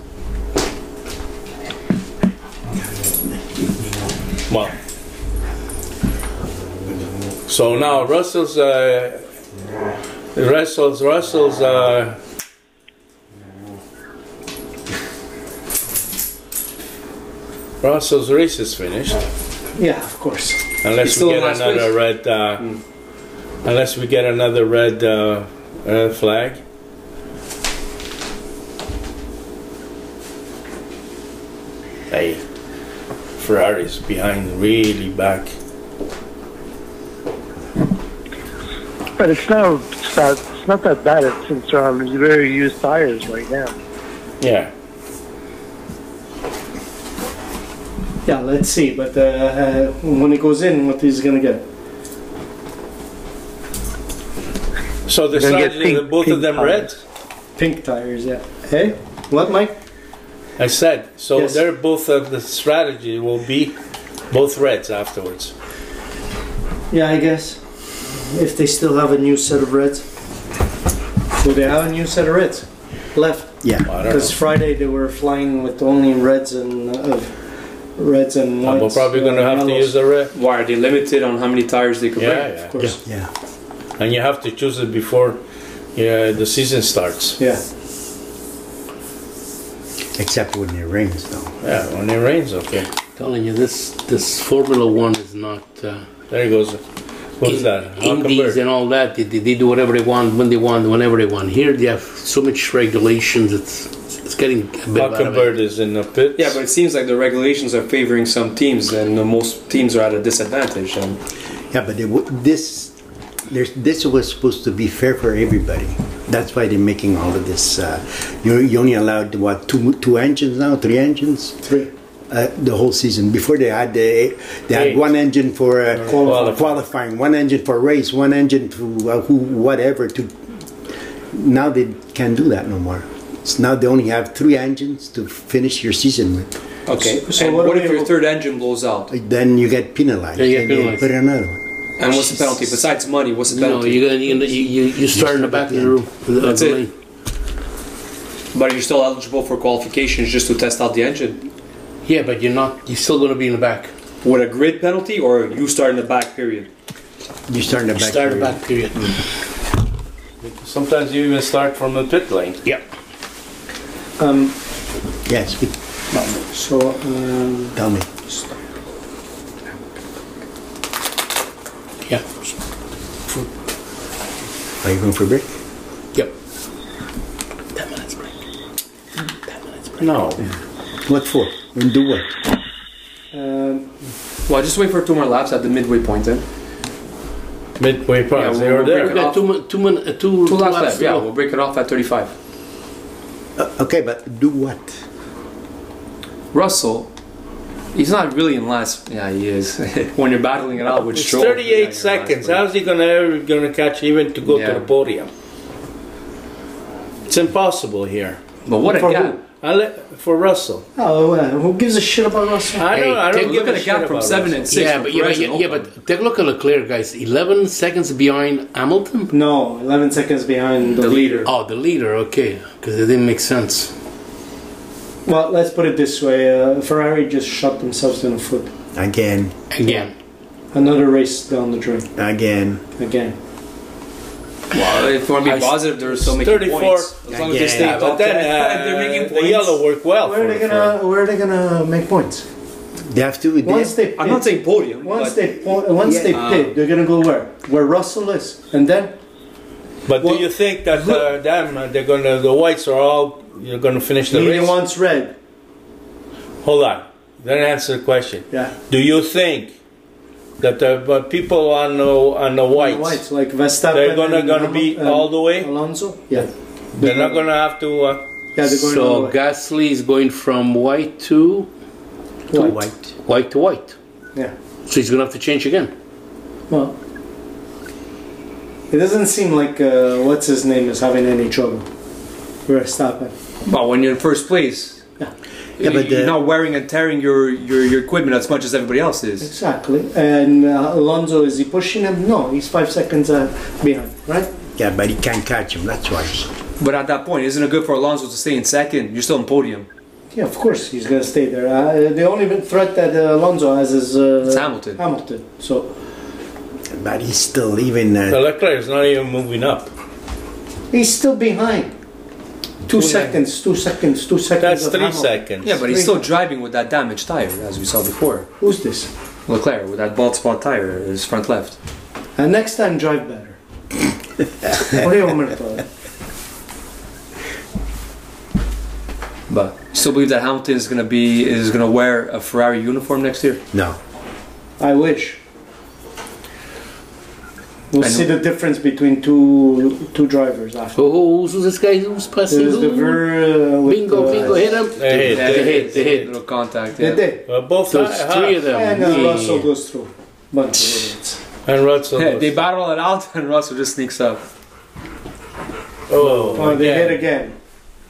Well. So now Russell's uh, Russell's, Russell's, uh, Russell's race is finished. Yeah, of course. He's Unless still we in get last another place. red, uh, unless we get another red, uh, red flag. Hey, Ferrari's behind, really back. But it's not, it's not, it's not that bad It's since they're on very used tires right now. Yeah, Yeah, let's see. But uh, uh, when he goes in, what he's gonna get? so they're Gonna get slightly, pink- both of pink them red. Pink tires. Yeah. Hey, what, Mike? I said, so Yes. they're both of the strategy will be both reds afterwards. Yeah, I guess if they still have a new set of reds. Do they have a new set of reds left? Yeah. I don't know. Because Friday they were flying with only reds and uh, reds and And whites. we're probably going to uh, have to yellows, use a red. Why are they limited on how many tires they could bring? Yeah, Of yeah. course. Yeah. And you have to choose it before yeah, the season starts. Yeah. Except when it rains, though. Yeah, when it rains, okay. Telling you, this this Formula One is not. Uh, There he goes. What's in- that? Indies Hockenberg. and all that. They, they, they do whatever they want, when they want, whenever they want. Here they have so much regulations. It's it's getting a bit out of hand. Hockenberg is in the pit. Yeah, but it seems like the regulations are favoring some teams, and the most teams are at a disadvantage. And Yeah, but it, w- this there's, this was supposed to be fair for everybody. That's why they're making all of this. Uh, you you only allowed what two two engines now, three engines, Three. uh, the whole season. Before they had the, they had Eight. one engine for uh, Qualifying. qualifying. one engine for race, one engine to uh, who whatever. To now they can't do that no more. So now they only have three engines to finish your season with. okay, So- so and what what, do if we- your third engine blows out? Then you get penalized. They get and they penalized. Put another one. And what's the penalty besides money? What's the You know, penalty? you're gonna, you're gonna, you you you start in the back of the room. of the- of That's the it. lane. but you're still eligible for qualifications just to test out the engine. Yeah, but you're not. You're still gonna be in the back. With a grid penalty, or you start in the back period. You start in the You back. start in area. the back period. Sometimes you even start from the pit lane. Yeah. Um, Yes, we- so um, tell me. Yeah. Are you going for a break? Yep. Ten minutes break. Ten minutes break. No. What for? And do what? um, Well, just wait for two more laps at the midway point then. Midway Yeah, pass. they we'll were break there. We got two min- two min- uh, two Two laps laps left. to Yeah, go. we'll break it off at 35. Uh, okay, but do what? Russell, he's not really in last. Yeah, he is. when you're battling it out with It's Stroll, you're not in 38 last seconds. place. How's he gonna ever gonna catch even to go Yeah. to the podium? It's impossible here. But what a For gap! who? Unle- for Russell, oh, uh, who gives a shit about Russell? I Hey, don't. I take don't a give Look at the shit gap from about seven Russell. and six. Yeah, for but yeah, but, Perez yeah, and yeah, Ocon. but take a look at Leclerc, guys. Eleven seconds behind Hamilton. No, 11 seconds behind the, the leader. Oh, the leader. Okay, because it didn't make sense. Well, let's put it this way: uh, Ferrari just shot themselves in the foot. Again, Again. Another race down the drain again. again. Well, if you want to be positive, they're still making 34. points. As long as they Yeah, stay Yeah, but top then ten, uh, they're making the points. yellow worked well. Where are for- they gonna Where are they gonna make points? They have to. They, Once they I'm not pit- saying podium. once but they po- once Yeah. they Ah. pit, they're gonna go where where Russell is, and then But Well, do you think that uh, them uh, they're gonna the whites are all you're gonna finish the he race? wants red. Hold on. Then answer the question. Yeah, Do you think that the but people on the on the whites, whites like Verstappen. they're gonna and gonna Hamil- be and all the way? Alonso. Yeah, They're not gonna have to. Uh, yeah, they're going all So the way. Gasly is going from white to White. white. white to white. Yeah. So he's gonna have to change again. Well, it doesn't seem like uh, what's his name is having any trouble. Verstappen. Well, when you're in first place, Yeah, but you're the- not wearing and tearing your, your, your equipment as much as everybody else is. Exactly. And uh, Alonso, is he pushing him? No, he's five seconds uh, behind, right? Yeah, but he can't catch him. That's why. But at that point, isn't it good for Alonso to stay in second? You're still in podium. Yeah, of course he's going to stay there. Uh, the only big threat that uh, Alonso has is uh, It's Hamilton. Hamilton. So But he's still even. the Uh, Leclerc is not even moving up. He's still behind. Two seconds, two seconds, two seconds. That's of three Hamilton. seconds. Yeah, but he's still driving with that damaged tire, as we saw before. Who's this? Leclerc with that bald spot tire, his front left. And Uh, next time, drive better. what do you want me to tell you? But still believe that Hamilton is gonna be is gonna wear a Ferrari uniform next year. No. I wish. We'll I see the difference between two two drivers after. Who, who, Oh, who's this guy who's passing? There's the Who? ver, uh, with Bingo, the- bingo, hit him. They hit, They they hit, they hit. Little contact. They Yeah. did. Uh, both So it's uh, three of them. And uh, Yeah. Russell goes through. Bunch of idiots. and Russell. Yeah, they battle it out, and Russell just sneaks up. oh, Oh, they yeah. hit again.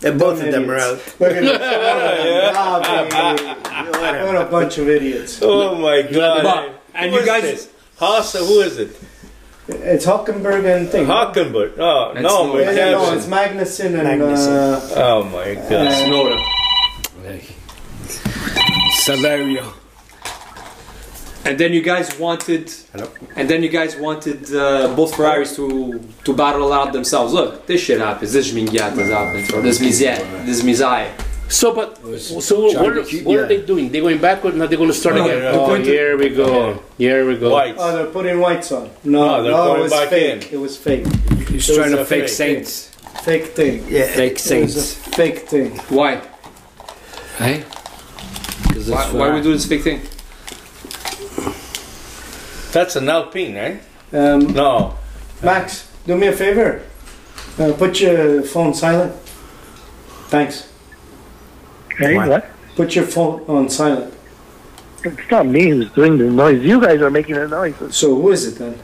And Uh, both of them are out. Idiots. Look at this. Ah, baby. What a bunch of idiots. Oh my god! But- and Who you is guys- this? Haas, who is it? It's Hockenberg and thing. Hockenberg. Oh That's no, the- Yeah, my yeah, no, God. it's Magnussen and Magnussen. uh, Oh my god! Snowden. Saverio. And then you guys wanted, and then you guys wanted uh, both Ferraris to to battle out themselves. Look, this shit happens. This Mingyata's happens, or this Mizet, this Mizai. So, but so what, what, are, what are they doing? They going backward? Now they're going to start No, again. they're Oh, going to- here we go. Here we go. Whites. oh, they're putting whites on. No, No, they're no, it going was back fake. in. It was fake. He's Those trying are to fake fake. Saints. Fake thing. It Fake was a Saints. fake thing. Why? Hey? Why, why we do this big thing? That's an Alpine, right? Um, No. Max, do me a favor. Uh, put your phone silent. Thanks. Okay, Why? what? Put your phone on silent. It's not me who's doing the noise. You guys are making the noise. So who is it then?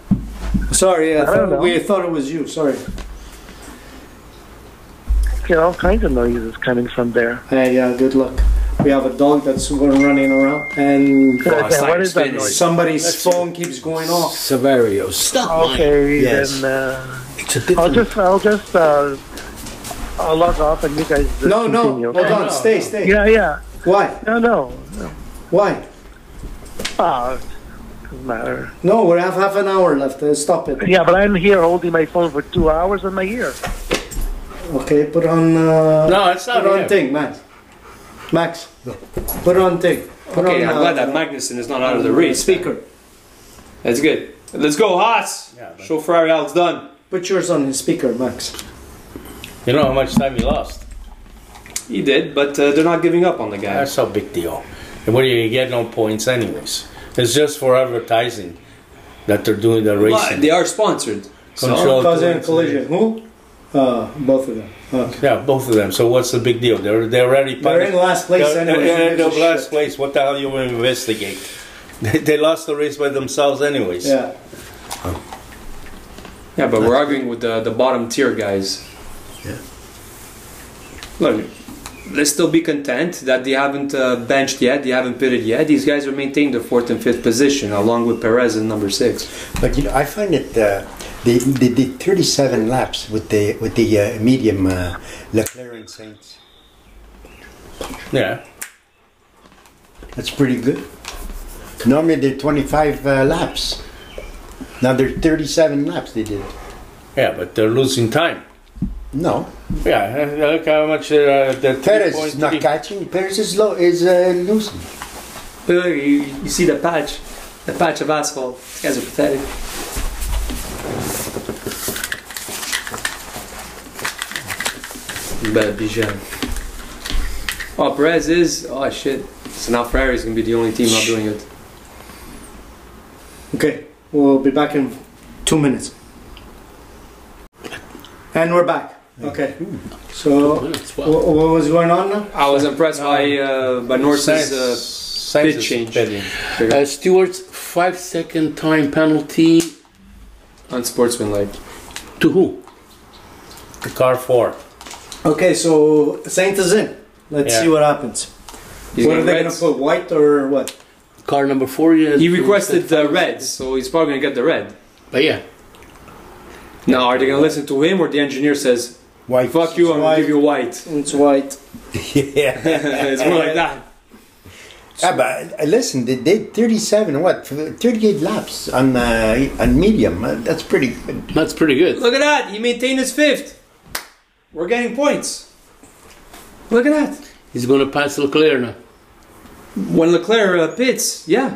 Sorry, I, don't thought know. we thought it was you. Sorry. You know, all kinds of noises coming from there. Hey, yeah, good luck. We have a dog that's going running around, and What is that- what is that spinning. noise? somebody's phone keeps going off. Saverio. Stop. Okay, Yes. then uh, It's a I'll different. just, I'll just, uh, I'll log off and you guys just No, no, continue. hold on, stay, stay. Yeah, yeah. Why? No, no. Why? Ah, doesn't matter. No, we have half an hour left. Uh, stop it. Yeah, but I'm here holding my phone for two hours in my ear. Okay, put on. Uh, No, it's not put on him. thing, Max. Max, put on thing. Put Okay, on, I'm uh, glad that Magnussen is not out of the race. Speaker, That's good. Let's go, Haas. Show Ferrari how it's done. put yours on his speaker, Max. You know how much time he lost? He did, but uh, they're not giving up on the guy. That's no big deal. And what are you gonna get? No points, anyways. It's just for advertising that they're doing the But racing. they are sponsored. Control Causing a towards- collision. Who? Uh, both of them. Okay. Yeah, both of them. So what's the big deal? They're they're already They're in last place They're, anyway. they're in Who the gives a last shit? place. What the hell you want to investigate? They, they lost the race by themselves, anyways. Yeah. Yeah, but we're arguing with the, the bottom tier guys. Yeah. Look, let's still be content that they haven't uh, benched yet, they haven't pitted yet. These guys are maintaining the fourth and fifth position, along with Perez in number six. But you know, I find it uh, they, they did 37 laps with the with the uh, medium uh, Leclerc and Saints. Yeah. That's pretty good. Normally they're 25 uh, laps. Now they're 37 laps. They did. Yeah, but they're losing time. No, Yeah, uh, look how much they're, uh, they're three Perez point is not three. catching. Perez is low. Is uh, losing. Look, you, you see the patch, the patch of asphalt. These guys are pathetic. Bad Bijan. Oh, Perez is. Oh, shit. So now Ferrari's gonna be the only team not doing it. Okay, we'll be back in two minutes. And we're back. Okay. So, wh- what was going on now? I was impressed by uh, by Norse's. Uh, Sainz bid is change. bidding. Uh, Stewart's five second time penalty unsportsmanlike. to who? The car four. Okay, so Saint is in. Let's Yeah. see what happens. He's what are got they reds. going to put? White or what? Car number four. Yes. He requested the red, so he's probably gonna get the red. But yeah, Now, are they gonna listen to him or the engineer says, Why? "Fuck you, I'm gonna give you white." It's white. yeah. it's more like that. Ah, but uh, listen, they did 37. What? 38 laps on uh, on medium. Uh, that's pretty good. that's pretty good. Look at that! He maintained his fifth. We're getting points. Look at that. He's going to pass Leclerc now. When Leclerc uh, pits, yeah,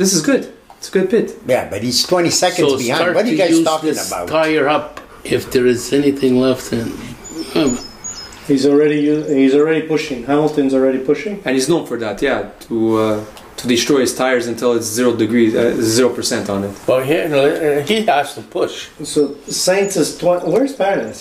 this is good. It's a good pit. Yeah, but he's 20 seconds So behind. start What are to you guys use talking this about? tire up if there is anything left in. Um, He's already u- he's already pushing. Hamilton's already pushing. And he's known for that, yeah, to uh, to destroy his tires until it's zero degrees, uh, zero percent on it. But he, uh, he has to push. So Sainz is twi- Where's Perez?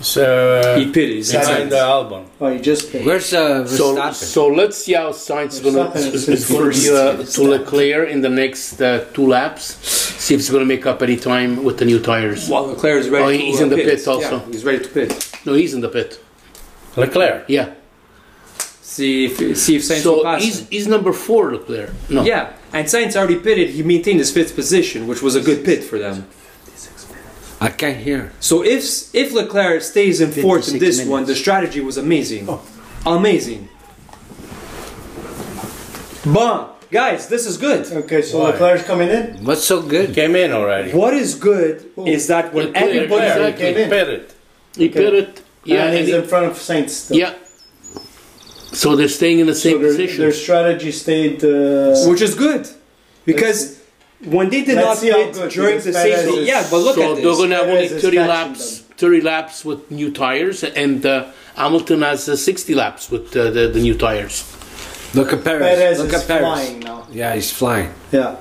So uh, He pitted. He's behind inside. the album. Oh, he just picked. Where's uh, so, Verstappen? so let's see how Sainz is going to Verstappen is is going to be uh, to Leclerc in the next uh, two laps. See if he's going to make up any time with the new tires. While Leclerc is ready Oh, to he's uh, in the pit. pits also. Yeah, he's ready to pit. No, he's in the pit. Leclerc. Yeah. See if see if Sainz will so pass he's him. he's number four Leclerc. No. Yeah, and Sainz already pitted. He maintained his fifth position, which was a good pit for them. I can't hear. So if if Leclerc stays in fourth in 56 this minutes. one, the strategy was amazing, Oh. amazing. But guys, this is good. Okay, so Leclerc's coming in. What's so good? Came in already. What is good Oh. is that when Leclerc, everybody Leclerc. came in. Pettit. He pitted. and Yeah. and he's he- in front of Sainz. Still. yeah. So they're staying in the So same their, position. their strategy stayed. Uh, which is good because when they did Let's not see how pit good during this the Perez safety, is. yeah, but look so at they're this. going to have Perez only is 30 catching laps, them. 30 laps with new tires, and uh, Hamilton has uh, 60 laps with uh, the, the new tires. Look at Paris. Perez Look is at Paris. flying now. Yeah, he's flying. Yeah.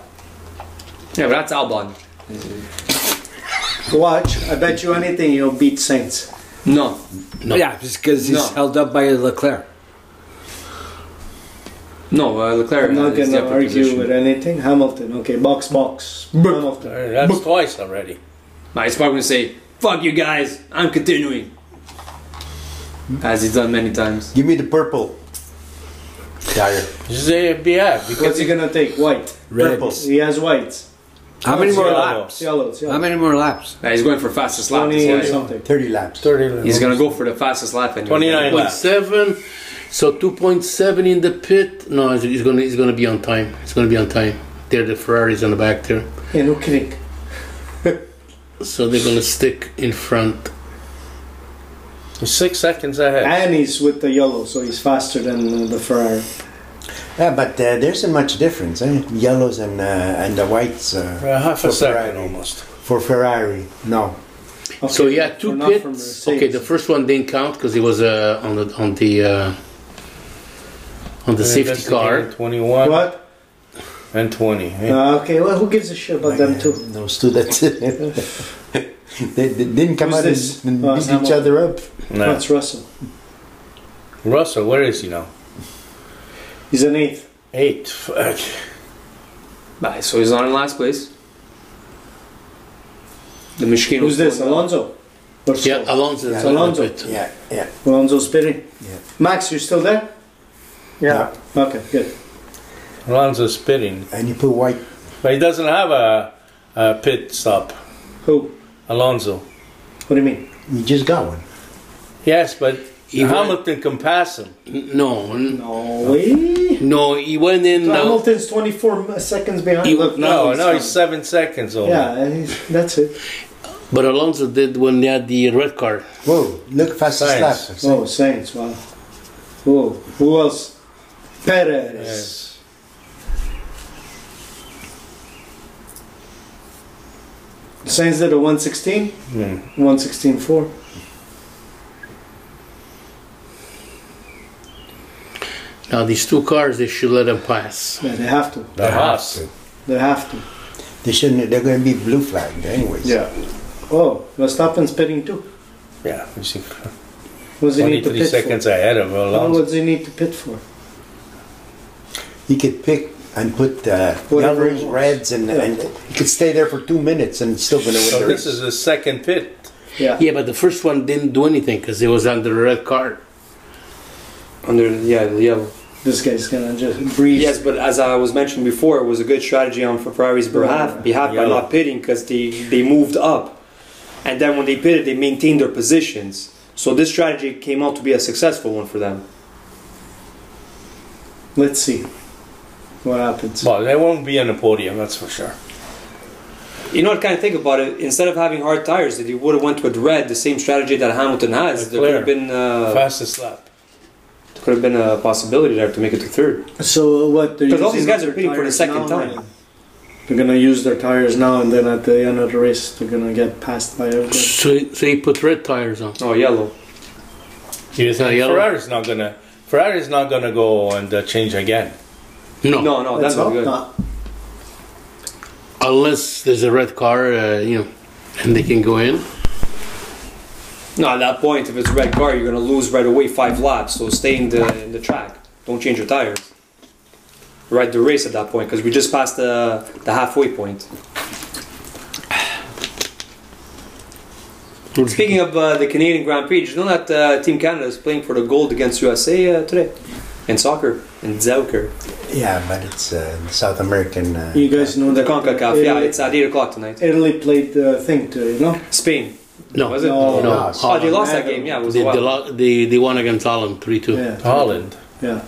Yeah, but that's Albon. Watch. I bet you anything he'll beat Saints. No, No. Yeah, it's because he's No. held up by Leclerc. no, uh, Leclerc. I'm not is gonna the upper argue position. with anything. Hamilton. Okay, box box. Hamilton. Uh, That's twice already. Nah, he's probably gonna say, "Fuck you guys, I'm continuing," as he's done many times. Give me the purple tire. Just say, yeah, because What's he gonna take? White. Purple. He has whites. How many more Yellow. laps? Yellows. Yeah. How many more laps? Nah, he's going for fastest lap. Twenty or that's why. something. 30 laps. 30 He's gonna go for the fastest lap. Anyway. 29 laps. 2.7, so 2.7 in the pit. No, he's- he's going to he's going to be on time. He's going to be on time. There, the Ferraris on the back there, And who kidding? so they're going to stick in front. Six seconds ahead. And he's with the yellow, so he's faster than uh, the Ferrari. Yeah, but uh, there isn't much difference, eh? Yellows and uh, and the whites uh, Uh, half a For second Ferrari. almost. for Ferrari. No, Okay, so yeah, we're two not from pits. Mercedes. Okay, the first one didn't count because it was uh, on the on the uh, on Uh, the safety car. 21 What? and 20. eh? Uh, okay, well, who gives a shit about them too? uh, no students. they, they didn't come Who's out this? and Uh, beat each Hamilton. other up. No. That's Russell. Russell, where is he now? He's an eighth. Eight. Fuck. Nah, so he's not in last place. The machine. Who's this? Alonso. Or Yeah, Stroll? Alonso. is Yeah, on the Alonso. pit. Yeah, yeah. Alonso's pitting. Yeah. Max, you're still there? Yeah. Okay, good. Alonso's spitting. And you put white. But he doesn't have a, a pit stop. Who? Alonso. What do you mean? You just got one. Yes, but He went- Hamilton can pass him. No, n- No way. no, he went in. So now. Hamilton's 24 seconds behind. He- Look, No, now no, he's seven seconds only. Yeah, and he's- that's it. But Alonso did when they had the red card. Whoa, look, fastest Science. lap. Oh, Saints, wow. Whoa, who else? Perez. Yes. Saints did a 116, Hmm. 116.4. Now these two cars, they should let him pass. Yeah, they have to. The Haas. They have to. They shouldn't. They're going to be blue flagged, anyways. Oh, Verstappen's pitting too. Yeah, you see, What does he need to 23 pit seconds for? ahead of How Alonso. what does he need to pit for? He could pick and put uh, Whatever yellows, he wants. reds, and, and he could stay there for two minutes and still going to win. So the this race. is the second pit. Yeah. Yeah, but the first one didn't do anything because it was under the red card. Under yeah the yellow. This guy's gonna just breathe. Yes, but as I was mentioning before, it was a good strategy on Ferrari's behalf, behalf by Yeah. not pitting because they, they moved up. And then when they pitted, they maintained their positions. So this strategy came out to be a successful one for them. Let's see what happens. Well, they won't be on the podium, that's for sure. You know what? Kind of think about it. Instead of having hard tires, that you would have went with red, the same strategy that Hamilton has. there could have been uh, Fastest lap. there could have been a possibility there to make it to third. So what? they're Because all these using guys are their competing for the tires second now, time. and They're gonna use their tires now, and then at the end of the race, they're gonna get passed by everyone. So, so he put red tires on. Oh, yellow. You think yellow. Ferrari's not gonna Ferrari's not gonna go and uh, change again. No, No, no, Let's that's not hope good. not. unless there's a red car, uh, you know, and they can go in. No, at that point, if it's a red car, you're gonna lose right away five laps. So stay in the in the track. Don't change your tires. Ride the race at that point because we just passed the the halfway point. Speaking of uh, the Canadian Grand Prix, did you know that uh, Team Canada is playing for the gold against USA uh, today in soccer in Zauker, Yeah, but it's uh, South American. Uh, You guys know the that Concacaf? Italy, Yeah, it's at eight o'clock tonight. Italy played the thing today, no? Spain. No, Was it? No, no. no, Oh, they Holland. lost that game. Yeah, it was They, a they, while. lo- they, they won against Holland 3 2. Yeah, Holland. yeah.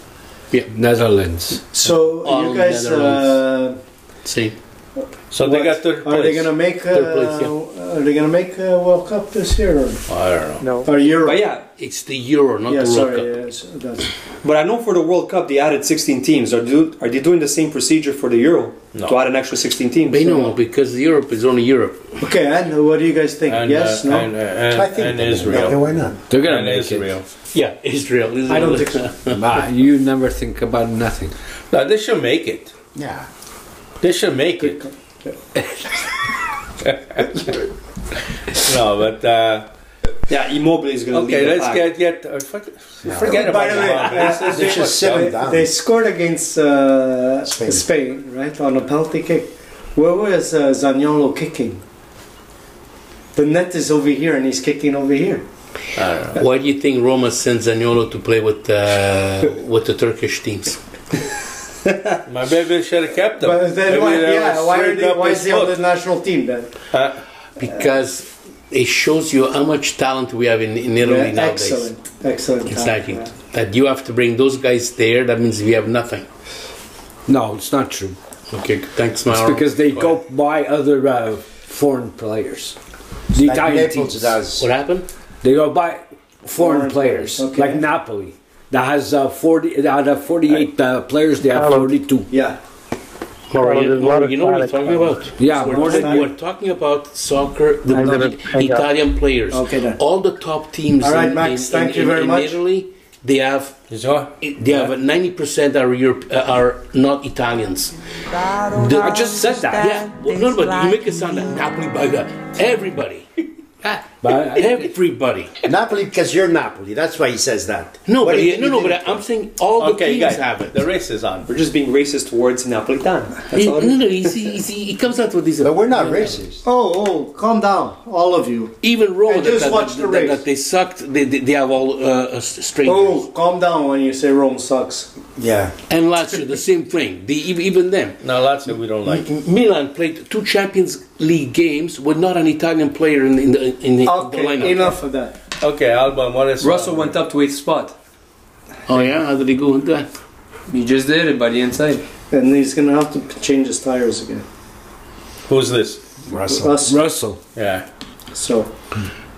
Netherlands. So Oh, All you guys, uh, Same. So what- they got third place. are they gonna make? Uh, Third place, Are they gonna make uh, World Cup this year or, I don't know. No. or Euro? But yeah, It's the Euro, not yeah, the World sorry, Cup. yeah, so that's, But I know for the World Cup they added 16 teams. Are do, are they doing the same procedure for the Euro No. to add an extra 16 teams? They know because Europe is only Europe. okay. And what do you guys think? And, yes, uh, no. and, uh, and, I think and they're gonna Israel. make it, Why not? They're gonna And make Israel. Yeah, Israel. is I don't think so. it. Ah, you never think about nothing. No, they should make it. Yeah. They should make it. no, but uh, Yeah, Immobile is going to okay, lead the let's pack. get get uh, fuck- forget By about the way, uh, Immobile. It's- it's They should just- sit him They- down. They scored against uh, Spain. Spain. right, on a penalty kick. Where was uh, Zaniolo kicking? The net is over here, and he's kicking over here. Why do you think Roma sent Zaniolo to play with uh, with the Turkish teams? My baby should have kept them. But then, Maybe why, they yeah, would why, are straighten they, up why his is he on foot. the national team then? Uh, Because it shows you how much talent we have in, in Italy Yeah, nowadays. excellent, excellent. It's talent, like it- yeah. that you have to bring those guys there. That means we have nothing. No, it's not true. Okay, thanks, It's Mauro. because they go by other uh, foreign players. The Like Italian Naples teams. does. What happened? They go by foreign, Foreign players, players, okay. like Napoli. That has uh, 40, out of 48 uh, players, they have Hello. 42. Yeah, Mauro, Well, you, there's a lot Mauro, of you know what we're talking talent. about? Yeah, we're, more talking, than- we're talking about soccer, the I never- bloody I got- Italian players. Okay, then. All the top teams All right, in, Max, in- thank in- you in- very in much. Italy, they have is what? they have a 90% are Europe, uh, are not Italians. I just said that. Yeah, well, no, but you make it sound like Napoli Baga. Everybody. Ah, But- Everybody. Napoli, because you're Napoli. That's why he says that. No, What but do you yeah, think no, he no, did but it I'm for? saying all the Okay, teams guys, have it. the race is on. We're just being racist towards Napolitan. That's He, all no, it is. no, he's, he's, he comes out with these. But we're not racist. Oh, oh, calm down, all of you. Even Rome, And that, just that, watch the that, race. that they sucked, they, they, they have all uh, uh, s- strangers. Oh, calm down when you say Rome sucks. Yeah. And Lazio, the same thing. The, even even them. No, Lazio we don't like. M- Milan played two Champions League games with not an Italian player in, in the in the, the lineup. Okay, enough of that. Okay, Alban, what is Russell went up to eighth spot. Oh yeah, how did he go with that? He just did it by the inside. And he's gonna have to change his tires again. uh, Who's this? Russell. Us, Russell. Yeah. so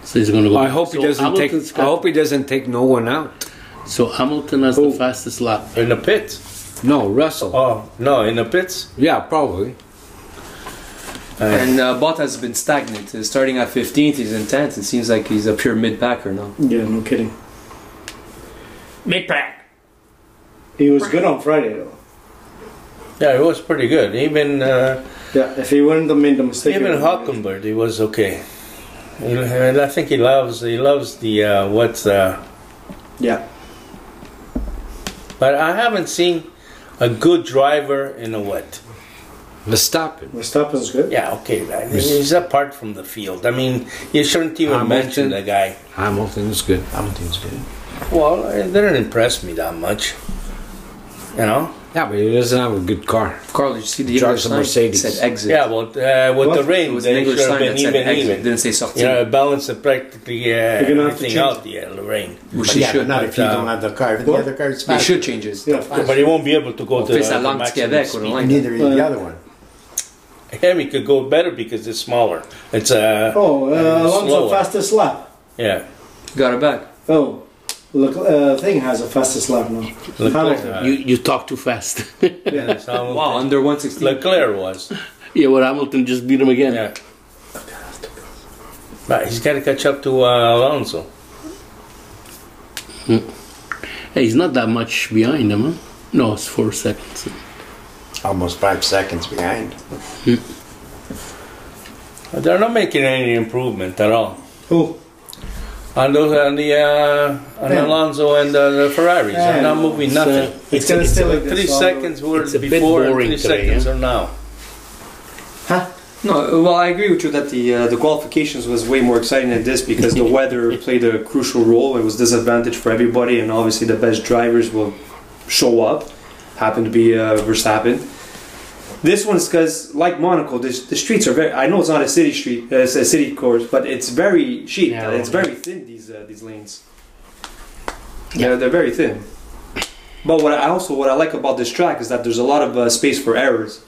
So he's going to go. I hope he So doesn't take. Hamilton's I got- hope he doesn't take no one out. So Hamilton has the fastest lap. In the pit. No, Russell. Oh, no, in the pits. Yeah, probably. And uh, Bottas has been stagnant. He's starting at 15th, he's in 10th. It seems like he's a pure mid-packer now. yeah, no kidding. Mid pack. He was good on Friday though. Yeah, it was pretty good. Even uh, Yeah, if he wouldn't have made the mistake. even he would've made Hockenberg, he was okay. He- And I think he loves he loves the uh, what's uh, it. Yeah. but I haven't seen a good driver in a wet. Verstappen. Verstappen's good. Yeah, okay, that- he's apart from the field. I mean, you shouldn't even Hamilton. mention the guy. Hamilton's good. Hamilton's good. Well, it didn't impress me that much. You know? Yeah, but he doesn't have a good car. Carl, did you see the Drives English a sign? Mercedes. It said exit. Yeah, well, uh, with the What? It rain, was an they English should have sign been that said even exit. even. didn't say sortie. You know, balance of practically uh, gonna have to everything change out the uh, rain. Which But they yeah, but should. not but, if you uh, don't have the car. If the what? other car is They fast. should change it. Yeah. But he won't be able to go On to fait the, sa the langue du maximum Québec, speed. on Neither is Uh, the other one. Hemi could go better because it's smaller. It's uh, Oh, uh, and Alonso slower. fastest lap. Yeah, Got it back. Oh, look, uh, thing has a fastest lap now. Hamilton. You you talk too fast. it's almost- Wow, under 116. Leclerc was. yeah, well Hamilton just beat him again. Yeah. But he's got to catch up to uh, Alonso. Hey, he's not that much behind him. Huh? No, it's four seconds. Almost five seconds behind. They're not making any improvement at all. Who? On those, on the, uh, on Yeah. Alonso and uh, the Ferraris, they're Yeah. not moving nothing. It's gonna stay like this three all- seconds were It's a bit before, and boring three today, seconds are now. No, well, I agree with you that the uh, the qualifications was way more exciting than this because the weather played a crucial role. It was disadvantage for everybody, and obviously the best drivers will show up. Happened to be uh, Verstappen. This one's because, like Monaco, the, the streets are very. I know it's not a city street, uh, it's a city course, but it's very cheap. Yeah, it's well, very thin. These uh, these lanes. Yeah, they're, they're very thin. But what I also what I like about this track is that there's a lot of uh, space for errors.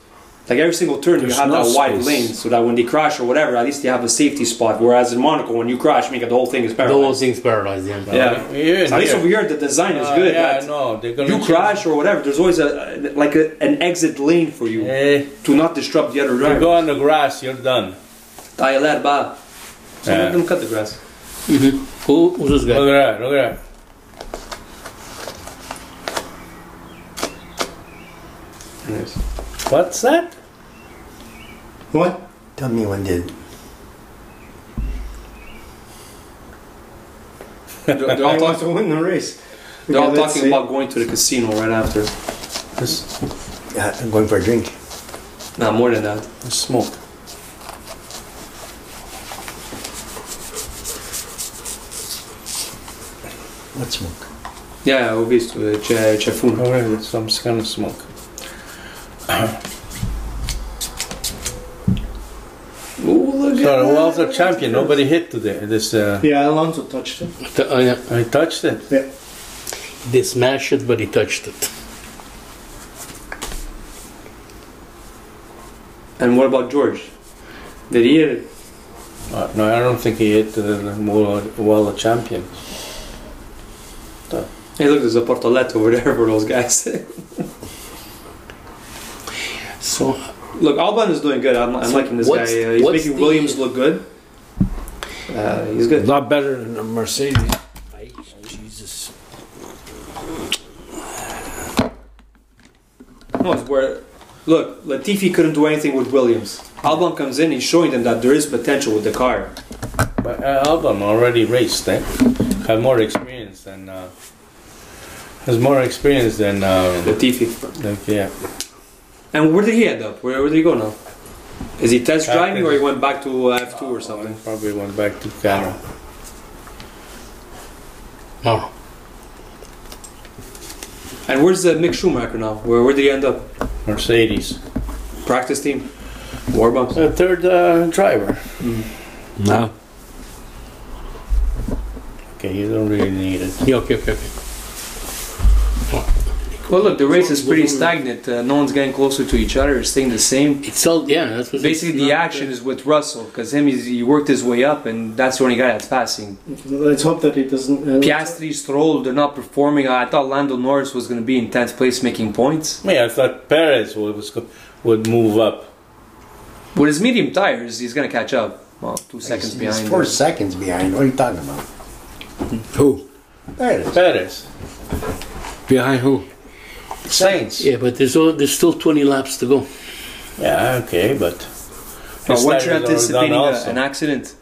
Like every single turn, There's you have no that wide space. lane, so that when they crash or whatever, at least they have a safety spot. Whereas in Monaco, when you crash, make it the whole thing is The whole paralyzed. thing's paralyzed. Yeah. Yeah. Even At least here. over here, the design is Uh, good. yeah, that no, they're gonna you change- crash or whatever, there's always a like a, an exit lane for you Eh, to not disrupt the other you driver. go on the grass, you're done. Tire that bad. So Yeah. let them cut the grass. Mm-hmm. Who, who's this guy? Look at that, look at that. What's that? What? Tell me when did. They're, they're I all, want talk, to win the race. they're all Okay, let's see. talking about going to the casino right after. Uh, I'm going for a drink. Not more than that. Smoke. What smoke? Yeah, ho visto, eh, c'è, c'è fumo. Over here, some kind of smoke. Ooh, look So the world's a champion. Nobody hit today. This uh, Yeah, Alonso touched it. The- oh, yeah. I touched it. They smashed it, but he touched it. And what about George? Did he hit it? Uh, no, I don't think he hit the the world, world champion. Hey, look, there's a portoletto over there for those guys. So look, Alban is doing good. I'm, I'm liking this guy. what's- Uh, he's what's making the- Williams look good. Uh, he's A good. lot better than a Mercedes. Jesus. No, it's where, look, Latifi couldn't do anything with Williams. Alban comes in, he's showing them that there is potential with the car. But uh, Albon already raced, eh? Had more experience than. Uh, has more experience than. Uh, Latifi. like, yeah. And where did he end up? Where, where did he go now? Is he test Back driving to- or he went back to uh, F2 or something? Probably went back to Ghana. no, And where's uh, Mick Schumacher now? Where, where did he end up? Mercedes. Practice team? War bumps? The third uh, driver. No. Okay, you don't really need it. yeah, okay, okay, okay. Well, look, the race is pretty stagnant. Uh, no one's getting closer to each other. It's staying the same. It's all yeah. That's what Basically, the action is with Russell because him he's, he worked his way up, and that's the only guy that's passing. Let's hope that it doesn't. Uh, Piastri, Stroll, they're not performing. I thought Lando Norris was going to be in tenth place, making points. Me, I thought Perez would, was, go- would move up. With his medium tires, he's going to catch up. Well, two seconds He's behind. four seconds behind. What are you talking about? Who? There it is. Perez. Behind who? Saints. Yeah, Yeah, but there's all, there's still 20 laps to go. okay, but. his But once you're tires are anticipating done a, also. an accident,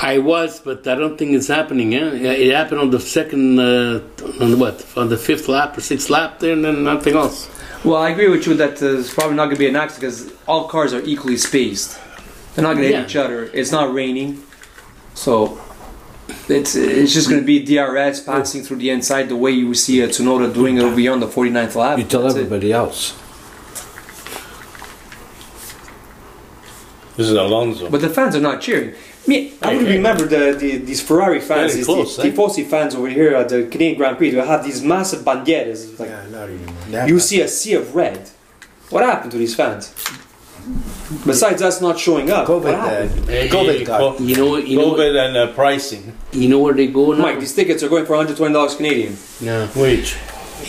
I was, but I don't think it's happening. Yeah, Yeah, it happened on the second, uh, on the what, on the fifth lap or sixth lap there, and then nothing else. well, I agree with you that uh, it's probably not going to be an accident because all cars are equally spaced. They're not going to Yeah. hit each other. It's not raining, so it's it's just going to be DRS passing through the inside the way you see uh, Tsunoda doing it over here on the 49th lap. You tell That's it. everybody else. This is Alonso. But the fans are not cheering. Me, I would remember the, the these Ferrari fans, Very these close, eh? Tifosi fans over here at the Canadian Grand Prix. They had these massive bandieras. Like Yeah, not anymore. you see a sea of red. What happened to these fans? Besides us not showing up. COVID, what happened? uh, COVID got. You know what? You know, what- COVID and uh, pricing. you know where they go now? Mike, these tickets are going for $120 Canadian. No. Which?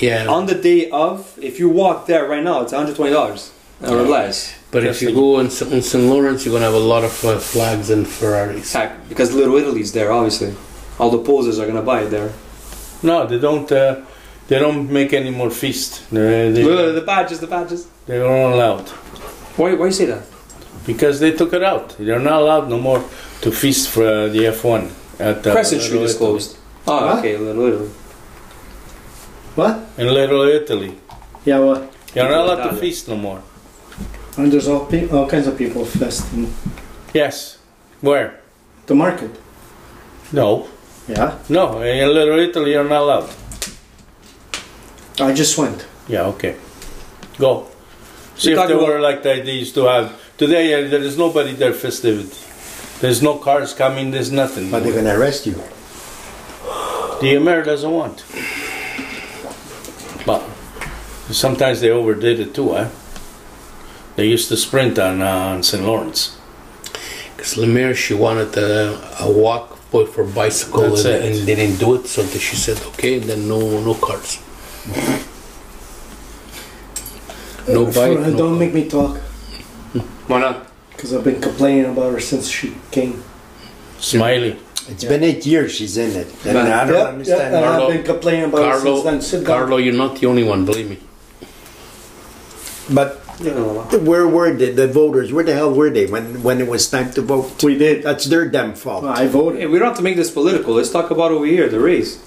Yeah. On the day of, if you walk there right now, it's $120 or less. But if you go in, S- in St. Lawrence, you're gonna have a lot of uh, flags and Ferraris. Heck, Because Little Italy's there, obviously. All the posers are going to buy it there. No, they don't. Uh, they don't make any more feast. They, they, Look, The badges, the badges. they are not allowed Why, why you say that? because they took it out. They're not allowed no more to feast for uh, the F1 at uh, Crescent Street Little is Italy. closed. Oh, Huh? okay, Little Italy. What? In Little Italy, Yeah, what? you're not allowed to Italy. feast no more. And there's all, pe- all kinds of people festing Yes. Where? the market. No. Yeah, No. In Little Italy, you're not allowed. I just went. Yeah, okay. Go. See You're if they talking were like that they used to have. Today, uh, there is nobody there festivity. There's no cars coming, there's nothing. But they're gonna arrest you. the Amer doesn't want. But sometimes they overdid it too, eh? They used to sprint on, uh, on St. Lawrence. Because Lemaire, she wanted a, a walk for, for bicycle, That's and, it. and they didn't do it. So she said, "Okay, then no, no cars, Uh, no bike, uh, Don't no make me talk, Why not? because I've been complaining about her since she came. Smiley. It's been eight years she's in it. And But- I don't Yep, yep, understand. and Carlo- I've been complaining about her since Carlo, then. Sit down. Carlo, you're not the only one. Believe me. But Leave it alone. where were the, the voters? Where the hell were they when, when it was time to vote? We did. That's their damn fault. I voted. Hey, we don't have to make this political. Let's talk about over here, the race.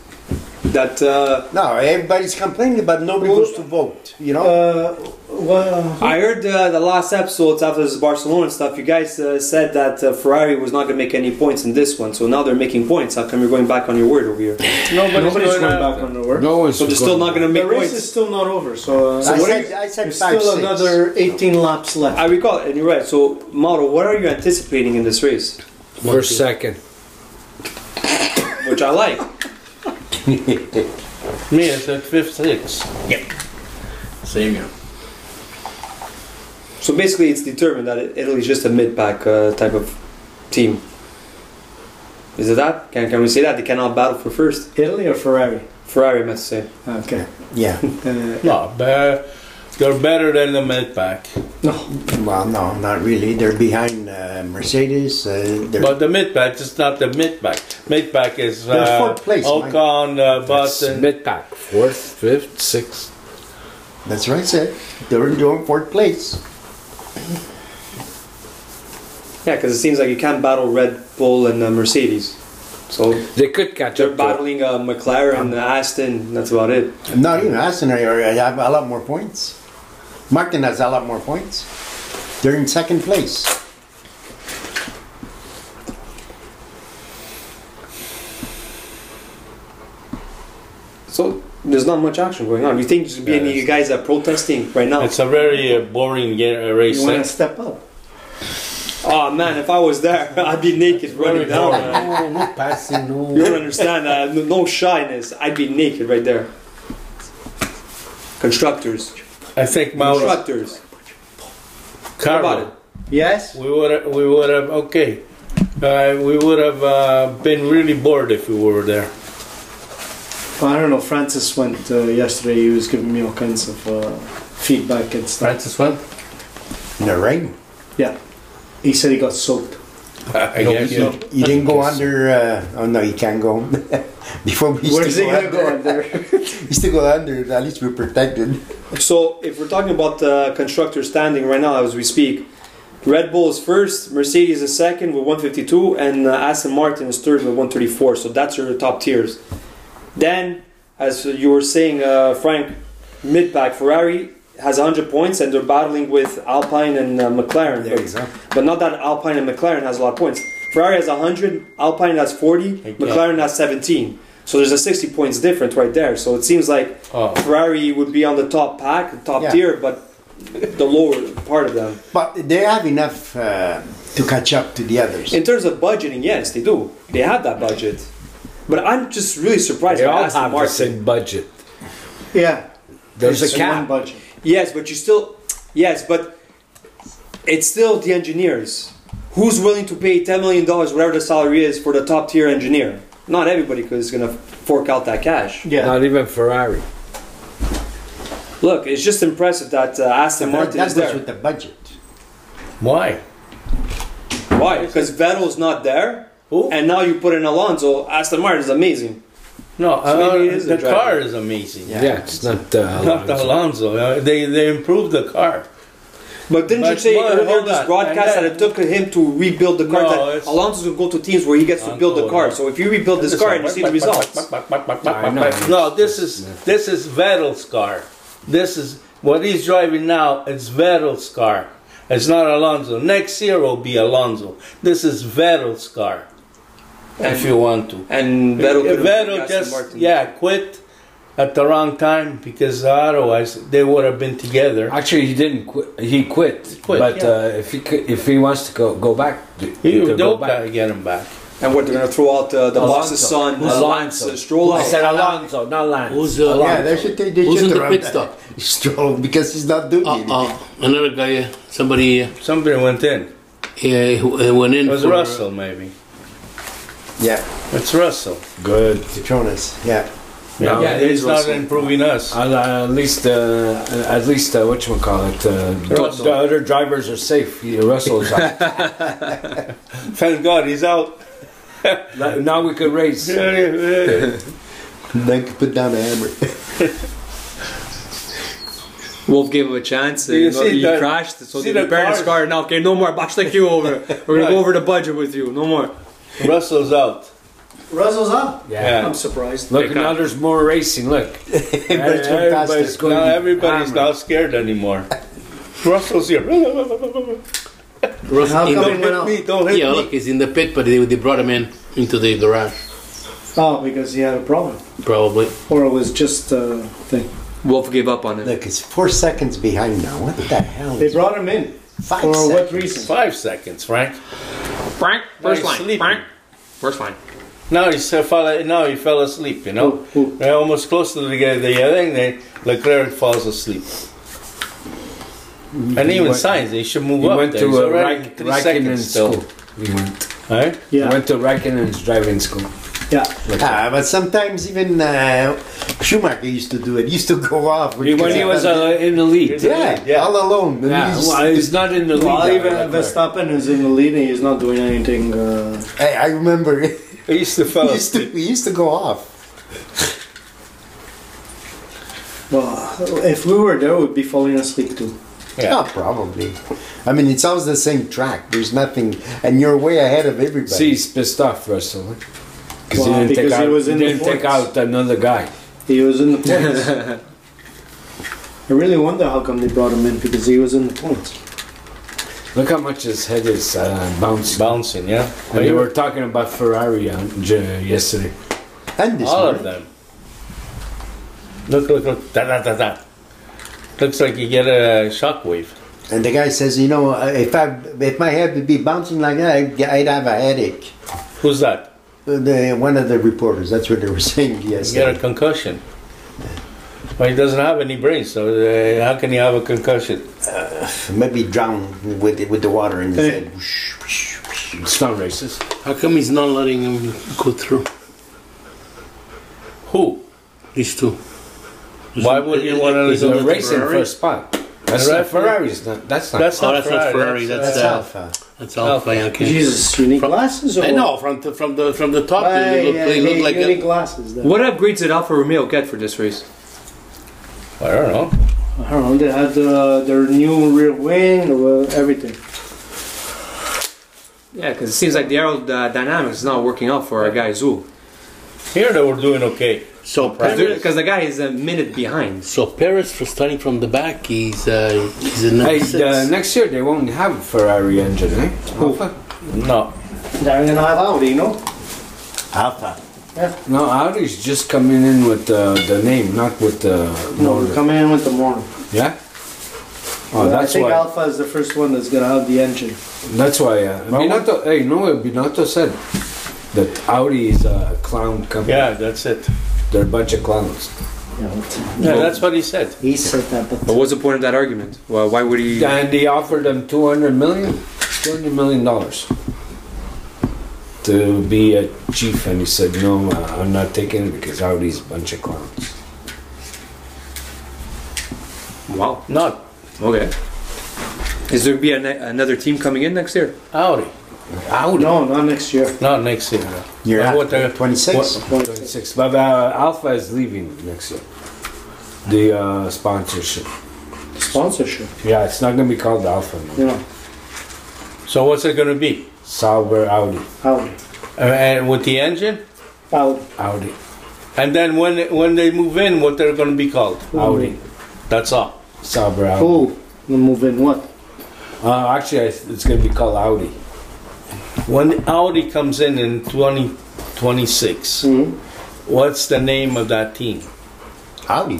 That, uh, No, everybody's complaining about nobody Well, goes to vote. You know. Uh, well, I heard uh, the last episodes after this Barcelona stuff, you guys uh, said that uh, Ferrari was not going to make any points in this one, so now they're making points. How come you're going back on your word over here? Nobody's, nobody's going going out. back on the work. No one's So they're still not going to The make race is points. still not over, so, uh, I what are said- you- I said there's five, still six. another 18 laps left. I recall, and you're right. So, Mauro, what are you anticipating in this race? First, second. Which I like. Me, I said fifth, sixth. Same here. So basically, it's determined that Italy's just a mid-pack uh, type of team. Is it that? Can, can we say that they cannot battle for first? Italy or Ferrari? Ferrari must say. Okay. yeah. Uh, No, but they're better than the mid-pack. Well, no, not really. They're behind uh, Mercedes. Uh, they're But the mid-pack is not the mid-pack. Mid-pack is They're uh, fourth place, Mike. Ocon, uh, Button. Mid pack. Fourth, fifth, sixth. That's right, said. They're in their fourth place. Yeah, because it seems like you can't battle Red Bull and uh, Mercedes. So They could catch they're up. to it. battling uh, McLaren and Aston. That's about it. Not even Aston are, are- have a lot more points. Martin has a lot more points. They're in second place. So there's not much action going on. You think there's be Yeah, any that's- guys that are protesting right now? It's a very uh, boring ga- uh, race. you want to eh? step up? Oh man, if I was there, I'd be naked running down. boring. You don't understand. Uh, no- no shyness. I'd be naked right there. Constructors. I think Mauro, Constructors. What about it? Carlo, Yes. we would we would have okay. Uh, we would have uh, been really bored if we were there. Well, I don't know. Francis went uh, yesterday. He was giving me all kinds of uh, feedback and stuff. Francis went. In the rain. Yeah. He said he got soaked. I guess. You, you didn't go under. Uh, oh no, you can't go. Before we used Where's to he go gonna go under. up there? We used to go under. At least we're protected. So if we're talking about the constructor standing right now as we speak, Red Bull is first, Mercedes is second with 152, and uh, Aston Martin is third with 134. So that's your top tiers. Then, as you were saying, uh, Frank, mid pack Ferrari has 100 points, and they're battling with Alpine and uh, McLaren. There you But- go. But not that Alpine and McLaren has a lot of points. Ferrari has 100, Alpine has 40, McLaren has 17. So there's a 60 points difference right there. So it seems like Oh. Ferrari would be on the top pack, the top Yeah. tier, but the lower part of them. But they have enough uh, to catch up to the others. In terms of budgeting, yes, they do. They have that budget. But I'm just really surprised They by all Aston have the Martin. same budget. yeah. There's a It's one cap. budget. Yes, but you still. Yes, but it's still the engineers. Who's willing to pay $10 million, whatever the salary is, for the top tier engineer? Not everybody is going to fork out that cash. Yeah. Not even Ferrari. Look, it's just impressive that uh, Aston That, Martin that is was there. with the budget. Why? Why? Because Vettel's not there. Who? And now you put in Alonso, Aston Martin is amazing. No, maybe he uh, is a the driver. car is amazing. Yeah, it's not. Uh, Not the Alonso. Uh, they they improved the car. But didn't you But- say well, earlier in hold this on. broadcast that And it took him to rebuild the car? No, that it's- Oh, Alonso's going to go to teams where he gets to build the Antonio. car. So if you rebuild this car and you see the results, I know. No, this is this is Vettel's car. This is what he's driving now. It's Vettel's car. It's not Alonso. Next year will be Alonso. This is Vettel's car. If you want to, and Vettel could Vettel just yeah quit at the wrong time because otherwise they would have been together. Actually, he didn't quit. He quit. Quit, but yeah. uh, if he could, if he wants to go go back, he You could don't gotta get him back. And what they're going to throw out uh, the boss's son, uh, Lance uh, Stroll. I said Alonso, not Lance. Who's uh, Yeah, they should they, they Who's should in the throw pit him stop? back. Stroll because he's not doing uh, anything. uh, another guy? uh, Somebody uh, Somebody went in. yeah, who- uh, went in It was for Russell, maybe. Yeah, It's Russell. Good. Petronas. Yeah, No, yeah, he's not improving us. At, uh, at least, uh, at least, uh, what you call it? Uh, Russell. the other drivers are safe. Yeah, Russell's out. Thank God he's out. now we could race. then put down the hammer. Wolf gave him a chance. you And see he the- crashed, so see they the repaired his cars? car. Now, okay, no more. Bosh, take you over. We're going to go over the budget with you. No more. Russell's out. Russell's up. Yeah. I'm surprised. Look now, there's more racing. Look, Everybody's went past everybody's it. going. Now everybody's hammer. not scared anymore. Russell's here. Don't How come it went hit out? me, don't hit Yeah, me. look, he's in the pit, but they, they brought him in into the garage, Oh, because he had a problem, probably. or it was just a thing. Wolf gave up on it. Look, it's four seconds behind now. What the hell? They brought him in. Five for what seconds. reason? Five seconds, Frank. Frank, first he's line. sleeping. Frank, first line. Now he fell. Now he fell asleep. You know, Who- who? They're almost close to the guy. The other thing, Leclerc falls asleep. And even Mm-hmm. went- signs, he should move He up. went there. to He's uh, already Rack- three seconds Raikkonen's still. school. He went. Right? He Yeah, went to Raikkonen's driving school. yeah. Ah, but sometimes even uh, Schumacher used to do it. He used to go off He- When he was uh, in the lead. yeah, Yeah. all alone. And Yeah, he used- well, he's not in the lead. Well, now, even Leclerc. Verstappen is in the lead and he's not doing anything. Uh, Hey, I remember. he He used to Oh, fall used to asleep. he used to go off. well, if we were there, we'd be falling asleep too. Yeah, Oh, probably. I mean, it's always the same track. There's nothing, and you're way ahead of everybody. See, he's pissed off, Russell. Well, Because he didn't because take he out, was he in the didn't take points. out another guy. He was in the points. I really wonder how come they brought him in because he was in the points. Look how much his head is uh, bounced. Bouncing, yeah. And they were talking about Ferrari uh, j- yesterday. and this All of morning. them. Look, look, look. Da, da, da, da. Looks like you get a shockwave. And the guy says, you know, uh, if I if my head would be bouncing like that, I'd, I'd have a headache. Who's that? Uh, The, one of the reporters, that's what they were saying You yesterday. get a concussion. Well, he doesn't have any brains, so uh, how can he have a concussion? Maybe drown with it- with the water in his Hey. head. It's not racist. How come he's not letting him go through Who? these two? Why would you want to He's listen a to racing for Ferrari? a spot. That's Right. not Ferrari's. Not, that's not. That's Oh, not that's Ferrari. not Ferrari. That's, That's, That's uh, Alpha. that's Alpha. yeah, Okay. Jesus, you need glasses or I what? know from the, from the from the top Why, they look, yeah, they look you like need a, glasses. Then. What upgrades did Alfa Romeo get for this race? I don't know. I don't know. They had uh, their new rear wing, uh, everything. Yeah, because it seems like the aerodynamics is not working out for our guy Zhu. Here they were doing okay. so Perez, Because the guy is a minute behind. so Paris for starting from the back. He's uh, he's in Hey, number six. uh, next year they won't have Ferrari engine, eh? Alpha? No. They're gonna have Audi, you know. Alpha. No, Audi's just coming in with uh, the name, not with the No, motor. we're coming in with the morning. Yeah. Oh, I that's think why. Alpha is the first one that's gonna have the engine. That's why. Uh, Binotto, hey, no, Binotto said that Audi is a clown company. Yeah, that's it. They're a bunch of clowns. Yeah, but Yeah, that's what he said. he said that, but But what's the point of that argument? Well, why would he? And he offered them 200 million, 200 million dollars to be a chief, and he said, "No, uh, I'm not taking it because Audi's a bunch of clowns." Wow. Not Okay. Is there be an, another team coming in next year? Audi. No, not next year. Not next year. no. You're But after what uh, the- 26. what- Six, but uh, Alpha is leaving next year. The uh, sponsorship. Sponsorship. Yeah, it's not gonna be called Alpha. anymore. You know, so what's it going to be? Sauber Audi. Audi. Uh, and with the engine? Audi. Audi. And then when when they move in, what they're going to be called? Audi. That's all. Sauber Audi. Oh. Who? The move in what? Uh, actually, I th- it's gonna be called Audi. When Audi comes in in 2026, what's the name of that team? Howdy.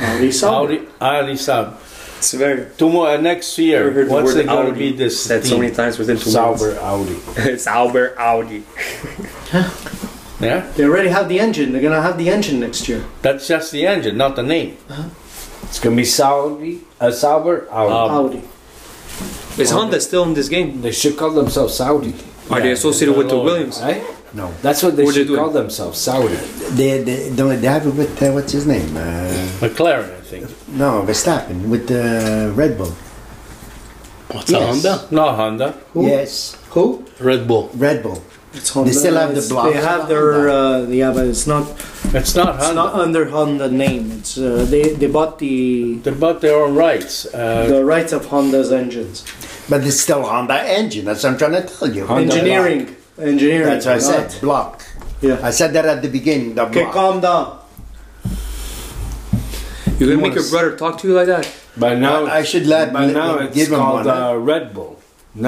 Audi Sauber. Audi, Audi Saab. It's very. Tomorrow, next I year, heard the what's word it going to Audi be this said so team? many times within two Sauber Audi. minutes. it's Albert Audi. Yeah, They already have the engine. They're gonna have the engine next year. that's just the engine, not the name. It's gonna be Saudi, uh, Sauber Audi. Oh. Audi. Is Honda still in this game? They should call themselves Saudi. Are they associated with the Williams? Right? No. That's what they What are they should doing? call themselves, Saudi. They, they, don't they have it with, uh, what's his name? Uh, McLaren, I think. no, Verstappen, with the Red Bull. What's Yes. Honda? Not Honda, Yes, Who? Red Bull. Red Bull. It's Honda. still have the It's- block. They have their uh, yeah, but it's not it's not it's Honda. not under Honda name. It's uh, they they bought the They bought their own rights. Uh, the rights of Honda's engines. But it's still Honda engine. That's what I'm trying to tell you. engineering, engineering. That's what I not- said. Block. Yeah. I said that at the beginning. The Okay, block. calm down. You're gonna make your brother talk to you like that? But now, I should let- But now let- it's give 'em called one, huh? uh, Red Bull.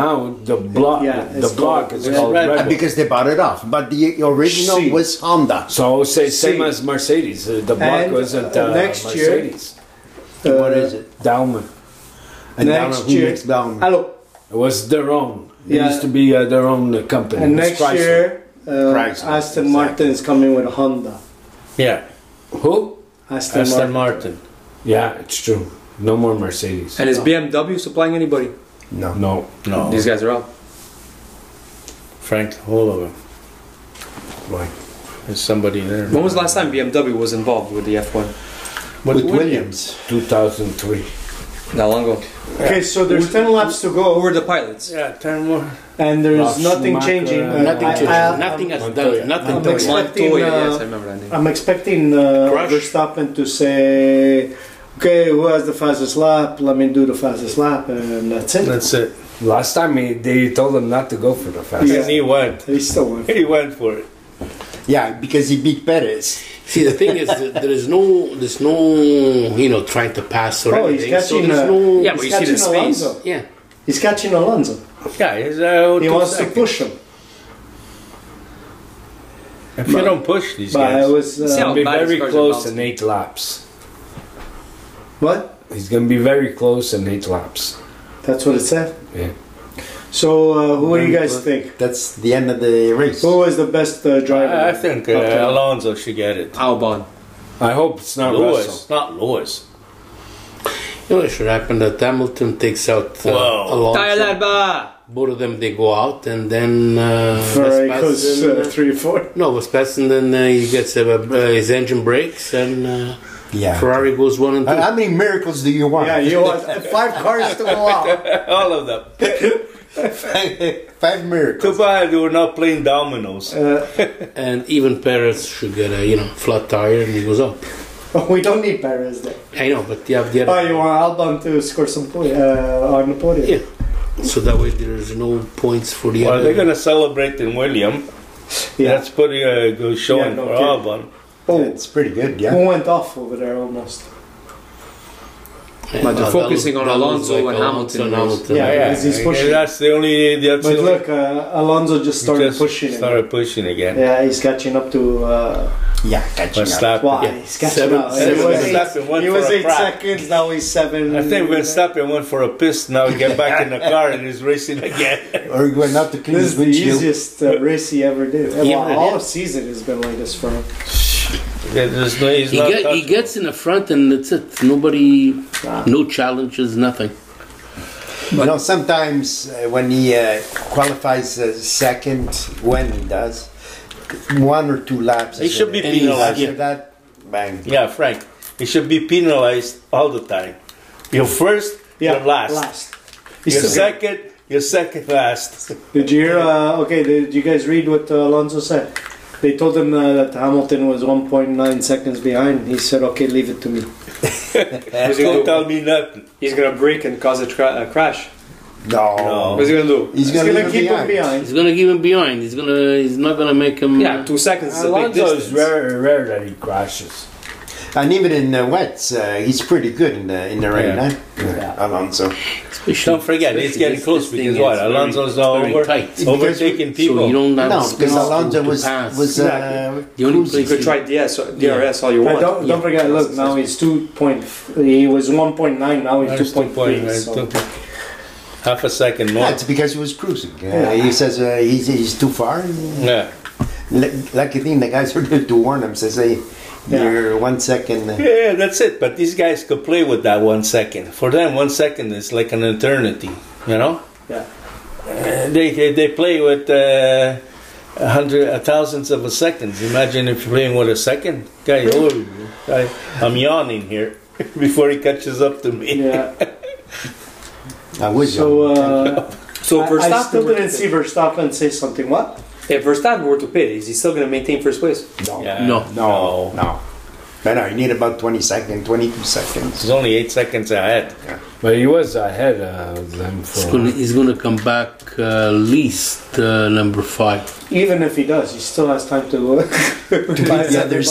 Now the block, Yeah, the it's block called is Red called Bull. Red, Bull. Because they bought it off. But the original See. was Honda. so say same See. as Mercedes. uh, The block And, wasn't uh, uh, next year- Mercedes. what Uh, is it? Dauman. And down next who year- makes down. Uh, Hello. It was their own. It Yeah. used to be uh, their own uh, company. And It was next Chrysler. year, uh, Chrysler, Aston Martin is coming with Honda. yeah, who? Aston, Aston Martin. Martin. Yeah, it's true. No more Mercedes. And is BMW supplying anybody? No. no. No, These guys are out. Frank Holover. Why? There's somebody there. When was the last time BMW was involved with the F1? With Williams. 2003. Not long ago. Okay, so there's ten laps to Who go, were the pilots? Yeah, ten more. and there's Ralf nothing Schumacher, changing. uh, Nothing I- changing. I- nothing I'm- has done. Nothing. I'm done. expect- Expecting, Montoya, uh, yes, I remember that name. I'm expecting uh, Crush. Verstappen to say, "Okay, who has the fastest lap? Let me do the fastest lap," and that's it. That's it. Last time he, they told them not to go for the fast. Yeah. And he went. He still won. He went for it. Yeah, because he beat Perez. See, the thing is, that there is no, there's no, you know, trying to pass or Oh, he's anything. So catching, there's uh, no. Yeah, He's but you see the catching space. Alonso. yeah. He's catching Alonso. Yeah, he's, uh, He two wants to seconds. push him. If you don't push these But I guys, was See uh, how- Be Bad as very cars close are in eight laps. what? He's gonna be very close in eight laps. That's what it said. Yeah. So, uh, who do you guys think? That's the end of the race. Who is the best uh, driver? I I think uh, Top ten. Alonso should get it. Albon. I hope it's not Lewis, Russell. not Lewis. You know, it should happen that Hamilton takes out uh, Whoa. Alonso. Tyler Ba! Both of them, they go out, and then uh, Ferrari goes Verstappen- uh, three, four. no, Verstappen then uh, he gets uh, uh, his engine breaks, and uh, Yeah. Ferrari goes one and two. How how many miracles do you want? Yeah, you want five cars to go out. All of them. Five miracles. Too bad they were not playing dominoes. And even Perez should get a you know flat tire and he goes up. we don't need Perez there. I know, but you have the other. Oh, you want Albon to score some po- uh, on the podium? Yeah. So that way there's no points for the Well, other. they're gonna celebrate in William. Yeah. That's pretty uh, good showing Yeah, no for kidding. Albon. Oh, It's pretty good, who yeah. went off over there almost? Yeah, But they're that focusing on that Alonso looks and Hamilton and race. Hamilton. Yeah, Yeah, because he's pushing. and that's the only. That's But the only- look, uh, Alonso just started just pushing. him. Started pushing again. Yeah, he's catching up to. Uh, Yeah, catching up. Verstappen. wow, Yeah. he's catching Seven- up. seven he was Verstappen eight, went he for was a eight crack. seconds. Now he's seven. I think Verstappen went for a piss. Now he get back in the car and he's racing again. Or you went out to clean This is his the windshield. easiest uh, race he ever did. Well, ever all did. season has been like this for him. Yeah, there's no, he's He, not get, he touchable. gets in the front and that's it. Nobody, no challenges, nothing. you know, sometimes uh, when he uh, qualifies uh, second, when he does, one or two laps. He should be after that- penalized, After yeah. that, bang. Yeah, Frank. He should be penalized all the time. You're first, you're last. You're second, you're second last. Did you hear? Uh, okay, did you guys read what uh, Alonso said? They told him uh, that Hamilton was 1.9 seconds behind. He said, "Okay, leave it to me." What's he gonna Don't do? tell me nothing. He's gonna break and cause a, tra- a crash. No. What's he gonna do? He's He's going gonna to keep him behind. He's gonna give him behind. He's gonna. He's not gonna make him. Yeah, two seconds is a big Alonso distance. is rare, rare that he crashes. And even in the wets, uh, he's pretty good in the in the rain, eh? Alonso. especially- Don't forget, it's especially getting this- close this thing because is what? very- Alonso's now very over, tight. overtaking people. So you don't have No, space because to- Alonso to was pass. was uh, Exactly. the only cruising. place. You could he- try DS, or DRS all you But want. don't, don't forget. Look, now he's two point. He was 1.9. Now he's There's two 2.3. point, right? so- Two- Half a second more. Yeah, it's because he was cruising. Uh, He says uh, he's, he's too far. and Yeah. lu- Lucky thing, the guys were there to warn him. Says, hey, you're one second. uh, Yeah, that's it. But these guys could play with that one second. For them, one second is like an eternity. You know. Yeah. Uh, they they- they play with uh, a hundred a thousands of a second. Imagine if you're playing with a second, guy. Oh, I, I'm yawning here before he catches up to me. Yeah. I was So young. uh, so I, I Verstappen, still were didn't to see Verstappen say something. What? pit. if Verstappen were to pit, is he still gonna maintain first place? no, Yeah, No. uh, no, no. No, no, you need about 20 seconds, 22 seconds. He's only eight seconds ahead. But he was ahead of them He's for. gonna, he's gonna come back uh, least uh, number five. Even if he does, he still has time to look. the others.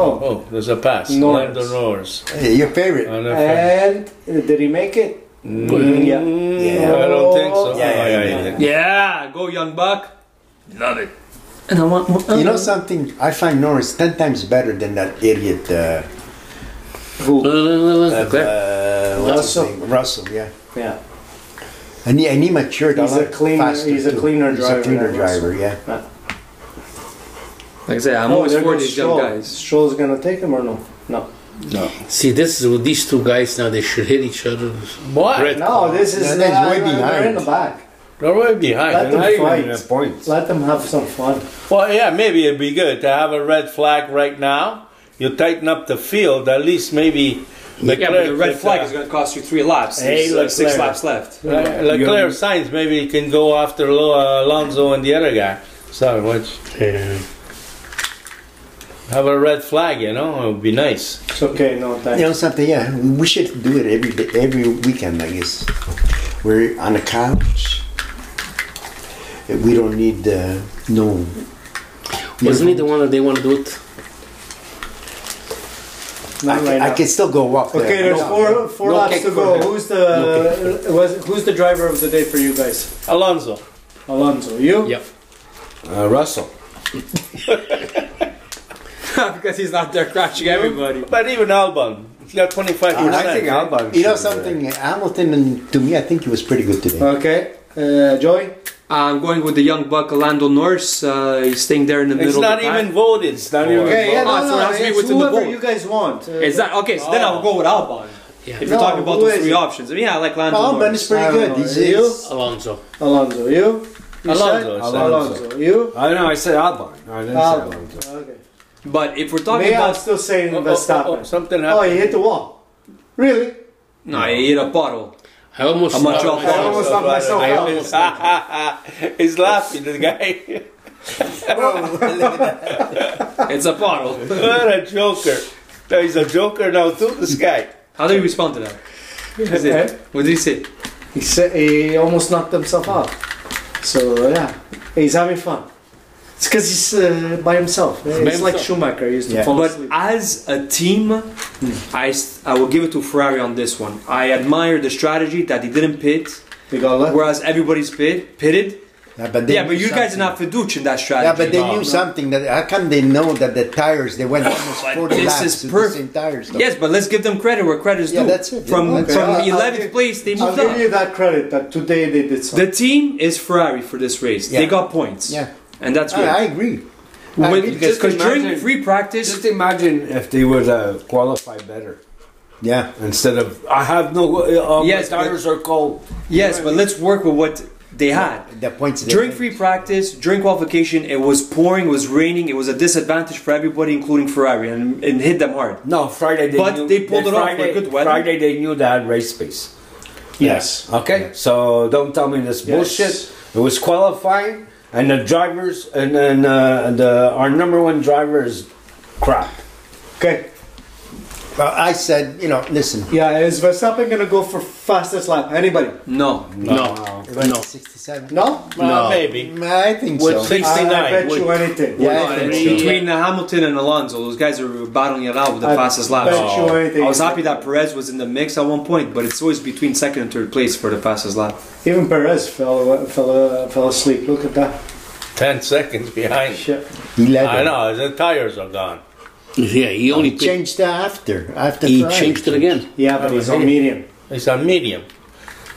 oh, Oh, there's a pass. Norris. Lando Norris. Hey, your favorite. On the front. and uh, did he make it? Mm, I don't think so. Yeah, yeah, Oh, yeah. did. Yeah, go young buck. Love it. And I want. you know something? I find Norris 10 times better than that idiot. Uh, No, no, no, no, uh, okay. what's his Russell. name? Russell, yeah. Yeah. And he, and he matured He's a a lot cleaner- faster. he's a too. cleaner he's driver a cleaner than Russell. driver, yeah. Like I said, I'm always there for goes these young Stroll. guys. Stroll's gonna take him or no? No. See, this is with these two guys now. They should hit each other. What? Red No, this is No, that's way they're behind. in the back. They're way behind. Let They're not them even in fight. points. Let them have some fun. Well, yeah, maybe it'd be good to have a red flag right now. You tighten up the field, at least maybe Leclerc. Yeah, but the red could, flag uh, is gonna cost you three laps. Hey, There's uh, six Leclerc. laps left. Le- Leclerc uh, signs. Maybe he can go after Lo- uh, Alonso and the other guy. Sorry, which have a red flag, you know, it would be nice. It's okay, no You thanks. know something? Yeah, we should do it every day, every weekend. I guess we're on a couch. We don't need uh, no. Wasn't he the one that they want to do it? I, Not can- right I now. can still go walk there. Okay, there's No, four four no laps cake to for go. him. Who's the was who's the driver of the day for you guys? Alonso. Alonso, you? Yep. Uh, Russell. because he's not there crashing everybody. But even Albon, he got 25 percent. I think Albon. You know should be something, Hamilton, and to me, I think he was pretty good today. Okay. Uh, Joey? I'm going with the young buck Lando Norris. Uh, he's staying there in the It's middle. not of the pack. even voted. It's not even Okay, yeah, Ah, no, so no, it has to be it's within the whoever vote. you guys want. Uh, Is that okay? So then I'll go with Albon. If you're No, talking about who the is three it? options, I mean, I like Lando Albon is Norris. pretty I don't good. know. He's, You? he's- Alonso. Alonso, you? you Alonso, said? I said. Alonso, you? I know. I said Albon. No, I Uh, didn't Albon. say Alonso. Okay. But if we're talking Maybe I'm about still saying Oh, oh, oh, oh, Verstappen. something Oh, happened. he hit the wall. Really? no, he hit a bottle. I almost. A Montreal I I Paul. almost knocked myself I out. almost. I He's laughing, the guy. It's a bottle. what a joker. Now He's a joker now, too, this guy. How do you respond to that? What is Eh? it? What did he say? He said he almost knocked himself out. So yeah, he's having fun. It's because he's uh, by himself. eh? It's like Schumacher. He used to Yeah. fall But asleep. as a team, I, s- I will give it to Ferrari on this one. I admire the strategy that he didn't pit, They got lucky. whereas everybody's pit pitted. yeah, but, they Yeah, but knew you guys are something. not fiducious in that strategy. Yeah, but they knew something. That how come they know that the tires they went almost Oh, But forty this laps is with perf- the same tires? though. Yes, but let's give them credit where credit is Yeah, due. that's it. From Okay. from I'll- I'll 11th give- place, they I'll moved give up. you that credit that today they did something. The team is Ferrari for this race. They Yeah. got points. Yeah. and that's Ah, I, good. I agree. I When- mean, because just during imagine- free practice, Just imagine if they would uh, qualify better Yeah. instead of I have no. Uh, Yes, yes, but- my daughters are cold. yes, but let's work with what they had. The points. they During made. free practice, during qualification, it was pouring, it was raining, it was a disadvantage for everybody, including Ferrari, and, and hit them hard. No, Friday they But knew. they pulled it off with Friday, good weather. Friday they knew they had race pace. Yes. Okay, so don't tell me this bullshit. It was qualifying, and the drivers and then uh, the our number one driver is crap. Okay. Well, I said, you know, listen. Yeah, is Verstappen gonna go for fastest lap? Anybody? No. No. it was No. 67. No? Well, maybe. I think With so. six- I, I 69 bet would- you anything. Yeah, No, I think so. between Hamilton and Alonso, those guys are battling it out with the I fastest bet laps. you anything. I was happy that Perez was in the mix at one point, but it's always between second and third place for the fastest lap. Even Perez fell fell fell asleep. Look at that 10 seconds behind. shit. 11. I know, the tires are gone. Yeah, he only He picked, changed that after. After he Ferrari. changed it again. Yeah, but he's on medium. It's a medium.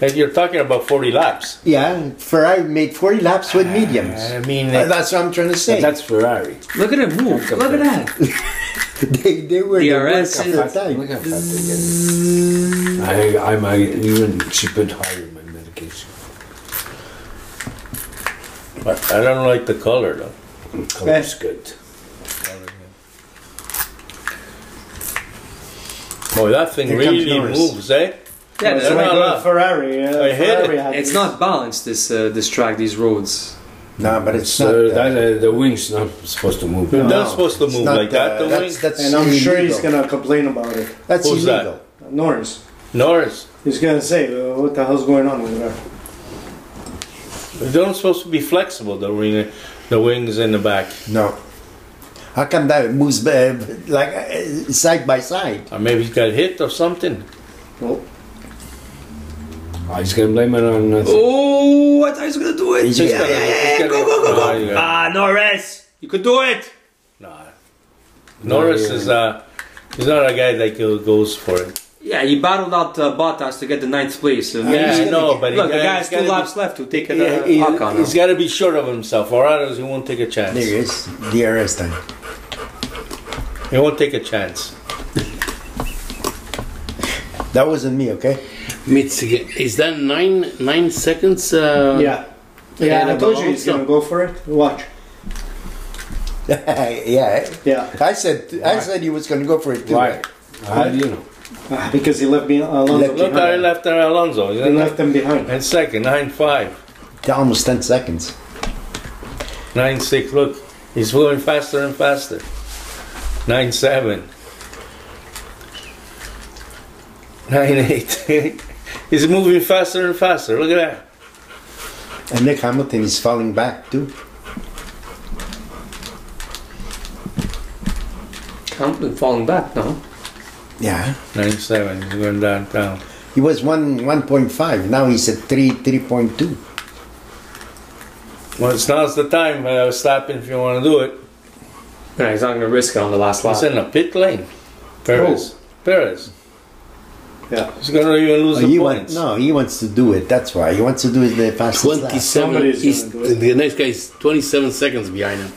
And you're talking about 40 laps. Yeah, Ferrari made 40 laps with mediums. I mean, Uh, that's what I'm trying to say. That's Ferrari. Look at it move. Look at that. they, they were E the DRS work of the is- time. Look at that again. I I might even should put higher my medication. but I don't like the color though. Color's good. Boy, that thing Here comes really Norris. moves, eh? Yeah, That's that's why not I allowed. go Ferrari. Uh, I hate Ferrari it. had It's this. not balanced. This uh, this track, these roads. No, but it's not. So that. that, uh, the wings not supposed to move. They're No, not supposed to it's move not like that. The that's, wing. That's And I'm sure he's illegal. gonna complain about it. That's Who's that? illegal. Norris. Norris, He's gonna say, uh, "What the hell's going on over there?" they're not supposed to be flexible. The wing, the wings in the back. No. How come that moves uh, like uh, side by side? Or Uh, maybe he got hit or something. I just Ah, gonna blame it on. Uh, Oh, I thought he was gonna do it. Yeah, Yeah, yeah, yeah, yeah, Go, go, go, Oh, go. yeah. Ah, Norris, you could do it. Nah. Norris yeah. is uh, he's not a guy that go- goes for it. Yeah, he battled out uh, Bottas to get the ninth place. And Yeah, he's- I know, but he look, the got- guy's he's two gotta be- laps left to take it. Yeah, Uh, he, Ocon has out. got to be sure of himself, or otherwise he won't take a chance. There it is. DRS time. He won't take a chance. That wasn't me, okay? Meets again. Is that nine nine seconds? Uh, Yeah. Yeah, Yeah, I but told you he's also- gonna go for it. Watch. yeah. eh? Yeah, I said I said he was going to go for it too. why? How do you know? Ah, because he left me Alonso Left- Look behind. how he left there, Alonso. He's He in left them behind. And second, nine five, Almost 10 seconds. nine six. Look, he's going faster and faster. Nine seven, nine eight. he's moving faster and faster. Look at that. And Nick Hamilton is falling back too. Hamilton falling back now. Yeah. Nine seven. He's going downtown. He was one 1.5. Now he's at 3 3.2. Well, it's now's the time. Uh, stop if you want to do it. Yeah, he's not gonna risk it on the last lap. He's in a pit lane. Perez. Perez. Yeah. He's gonna even lose Oh, the he points. wants no, he wants to do it. That's why. He wants to do it the fastest lap. Twenty-seven. Somebody's He's, gonna do it. the next guy is twenty-seven seconds behind him.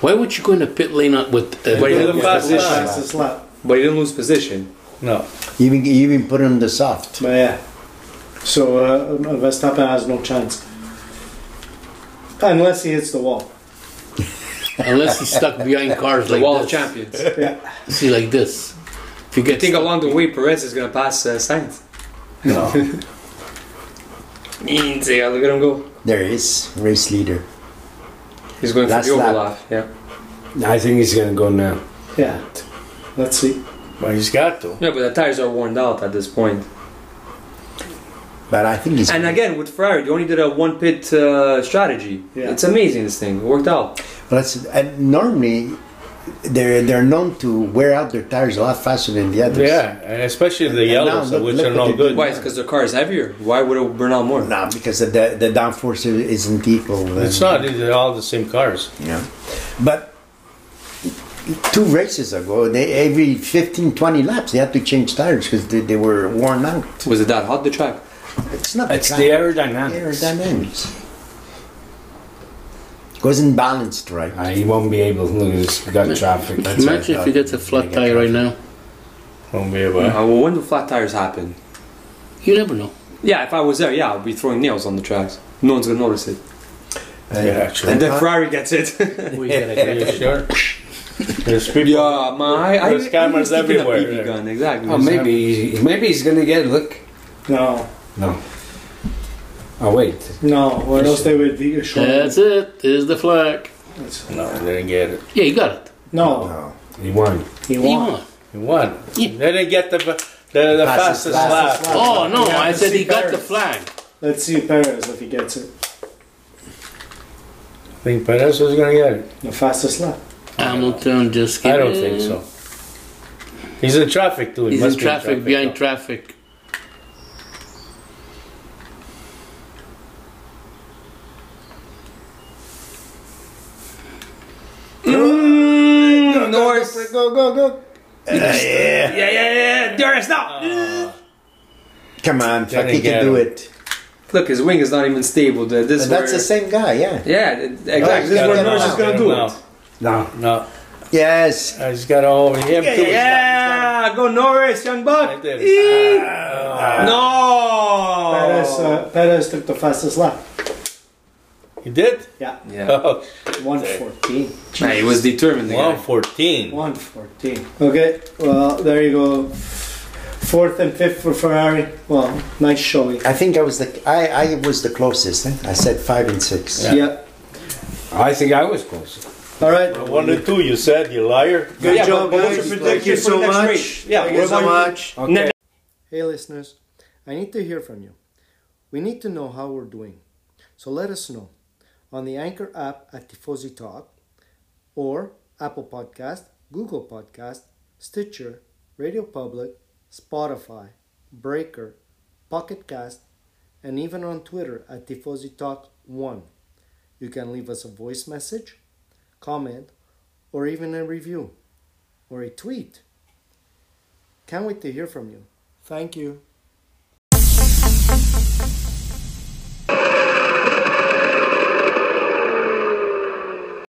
Why would you go in a pit lane on- with? Uh, Why with- the fast This lap? fastest lap. But he didn't lose position. No. He even he even put him the soft. But yeah. So uh, Verstappen has no chance. Unless he hits the wall. unless he's stuck behind cars The like wall this. of champions. See, like this. If you I get think along the way, Perez is gonna pass uh, Sainz. No. Means, yeah, look at him go. There he is race leader. He's going Last for the lap. overlap. Yeah. I think he's gonna go now. Yeah. Let's see. But he's got to. Yeah, but the tires are worn out at this point. But I think he's And again, with Ferrari, they only did a one pit uh, strategy. Yeah. It's amazing this thing. It worked out. That's, and normally, they're they're known to wear out their tires a lot faster than the others. Yeah, and especially the And now yellows, look- which look are what no they good. did. Why? It's because the car is heavier. Why would it burn out more? No, because the the downforce isn't equal. It's not. These are all the same cars. Yeah. But two races ago, they every 15, 20 laps they had to change tires because they, they were worn out. Was it that hot, the track? It's not It's the track, aerodynamics. aerodynamics. wasn't balanced right. Uh, he won't be able to lose. We got traffic. Imagine if he gets uh, a flat tire right now. Won't be able. Uh, well, when do flat tires happen? You never know. Yeah, if I was there, yeah, I'd be throwing nails on the tracks. No one's gonna notice it. Yeah, actually. And then Ferrari gets it. sure? There's people. yeah, man. I, I, There's cameras I was thinking a everywhere BB there. gun, exactly. Oh, maybe he- maybe he's gonna get look. No, No. Oh wait. no, or else they would be short. That's it. There's the flag. No, they didn't get it. Yeah, you got it. No, oh, He won. he He won't. won. He won. Yeah. They didn't get the the, the fastest, lap. Oh no! I to said see he got the Paris. flag. Let's see Perez if he gets it. I think Perez was gonna get it. The fastest lap. Hamilton just. I gave don't it. think so. He's in traffic too. He He's must in be traffic, behind though. traffic. Mm, Norris. Go, go, go. yeah, yeah, yeah, yeah. Norris, no. Come on, fuck, he Didn't get can do him. it. Look, his wing is not even stable. Th- This is And that's where- the same guy, yeah. Yeah, th- exactly. this is gotta where get Norris him is gonna out. do No. it. No. No, Yes. I just got all over him too. Yeah, go Norris, young I buck. did. Ah. Eee. Perez, No. uh, Perez took the fastest lap. He did. Oh, Yeah, Yeah. one fourteen. Nah, he was determined. the guy. One fourteen. One fourteen. Okay, well there you go. Fourth and fifth for Ferrari. Well, nice showing. I think I was the I, I was the closest. eh? I said five and six. Yeah. I think I was close. All right. One and two. You said you liar. Good Yeah, job, but- but guys. what's your Thank you prediction for so the next much. race? Yeah, Thank you what so about you? much. Okay. Hey, listeners, I need to hear from you. We need to know how we're doing. So let us know on the Anchor app at Tifosi Talk or Apple Podcast, Google Podcast, Stitcher, Radio Public, Spotify, Breaker, Pocket Cast, and even on Twitter at Tifosi Talk 1. You can leave us a voice message, comment, or even a review or a tweet. Can't wait to hear from you. Thank you.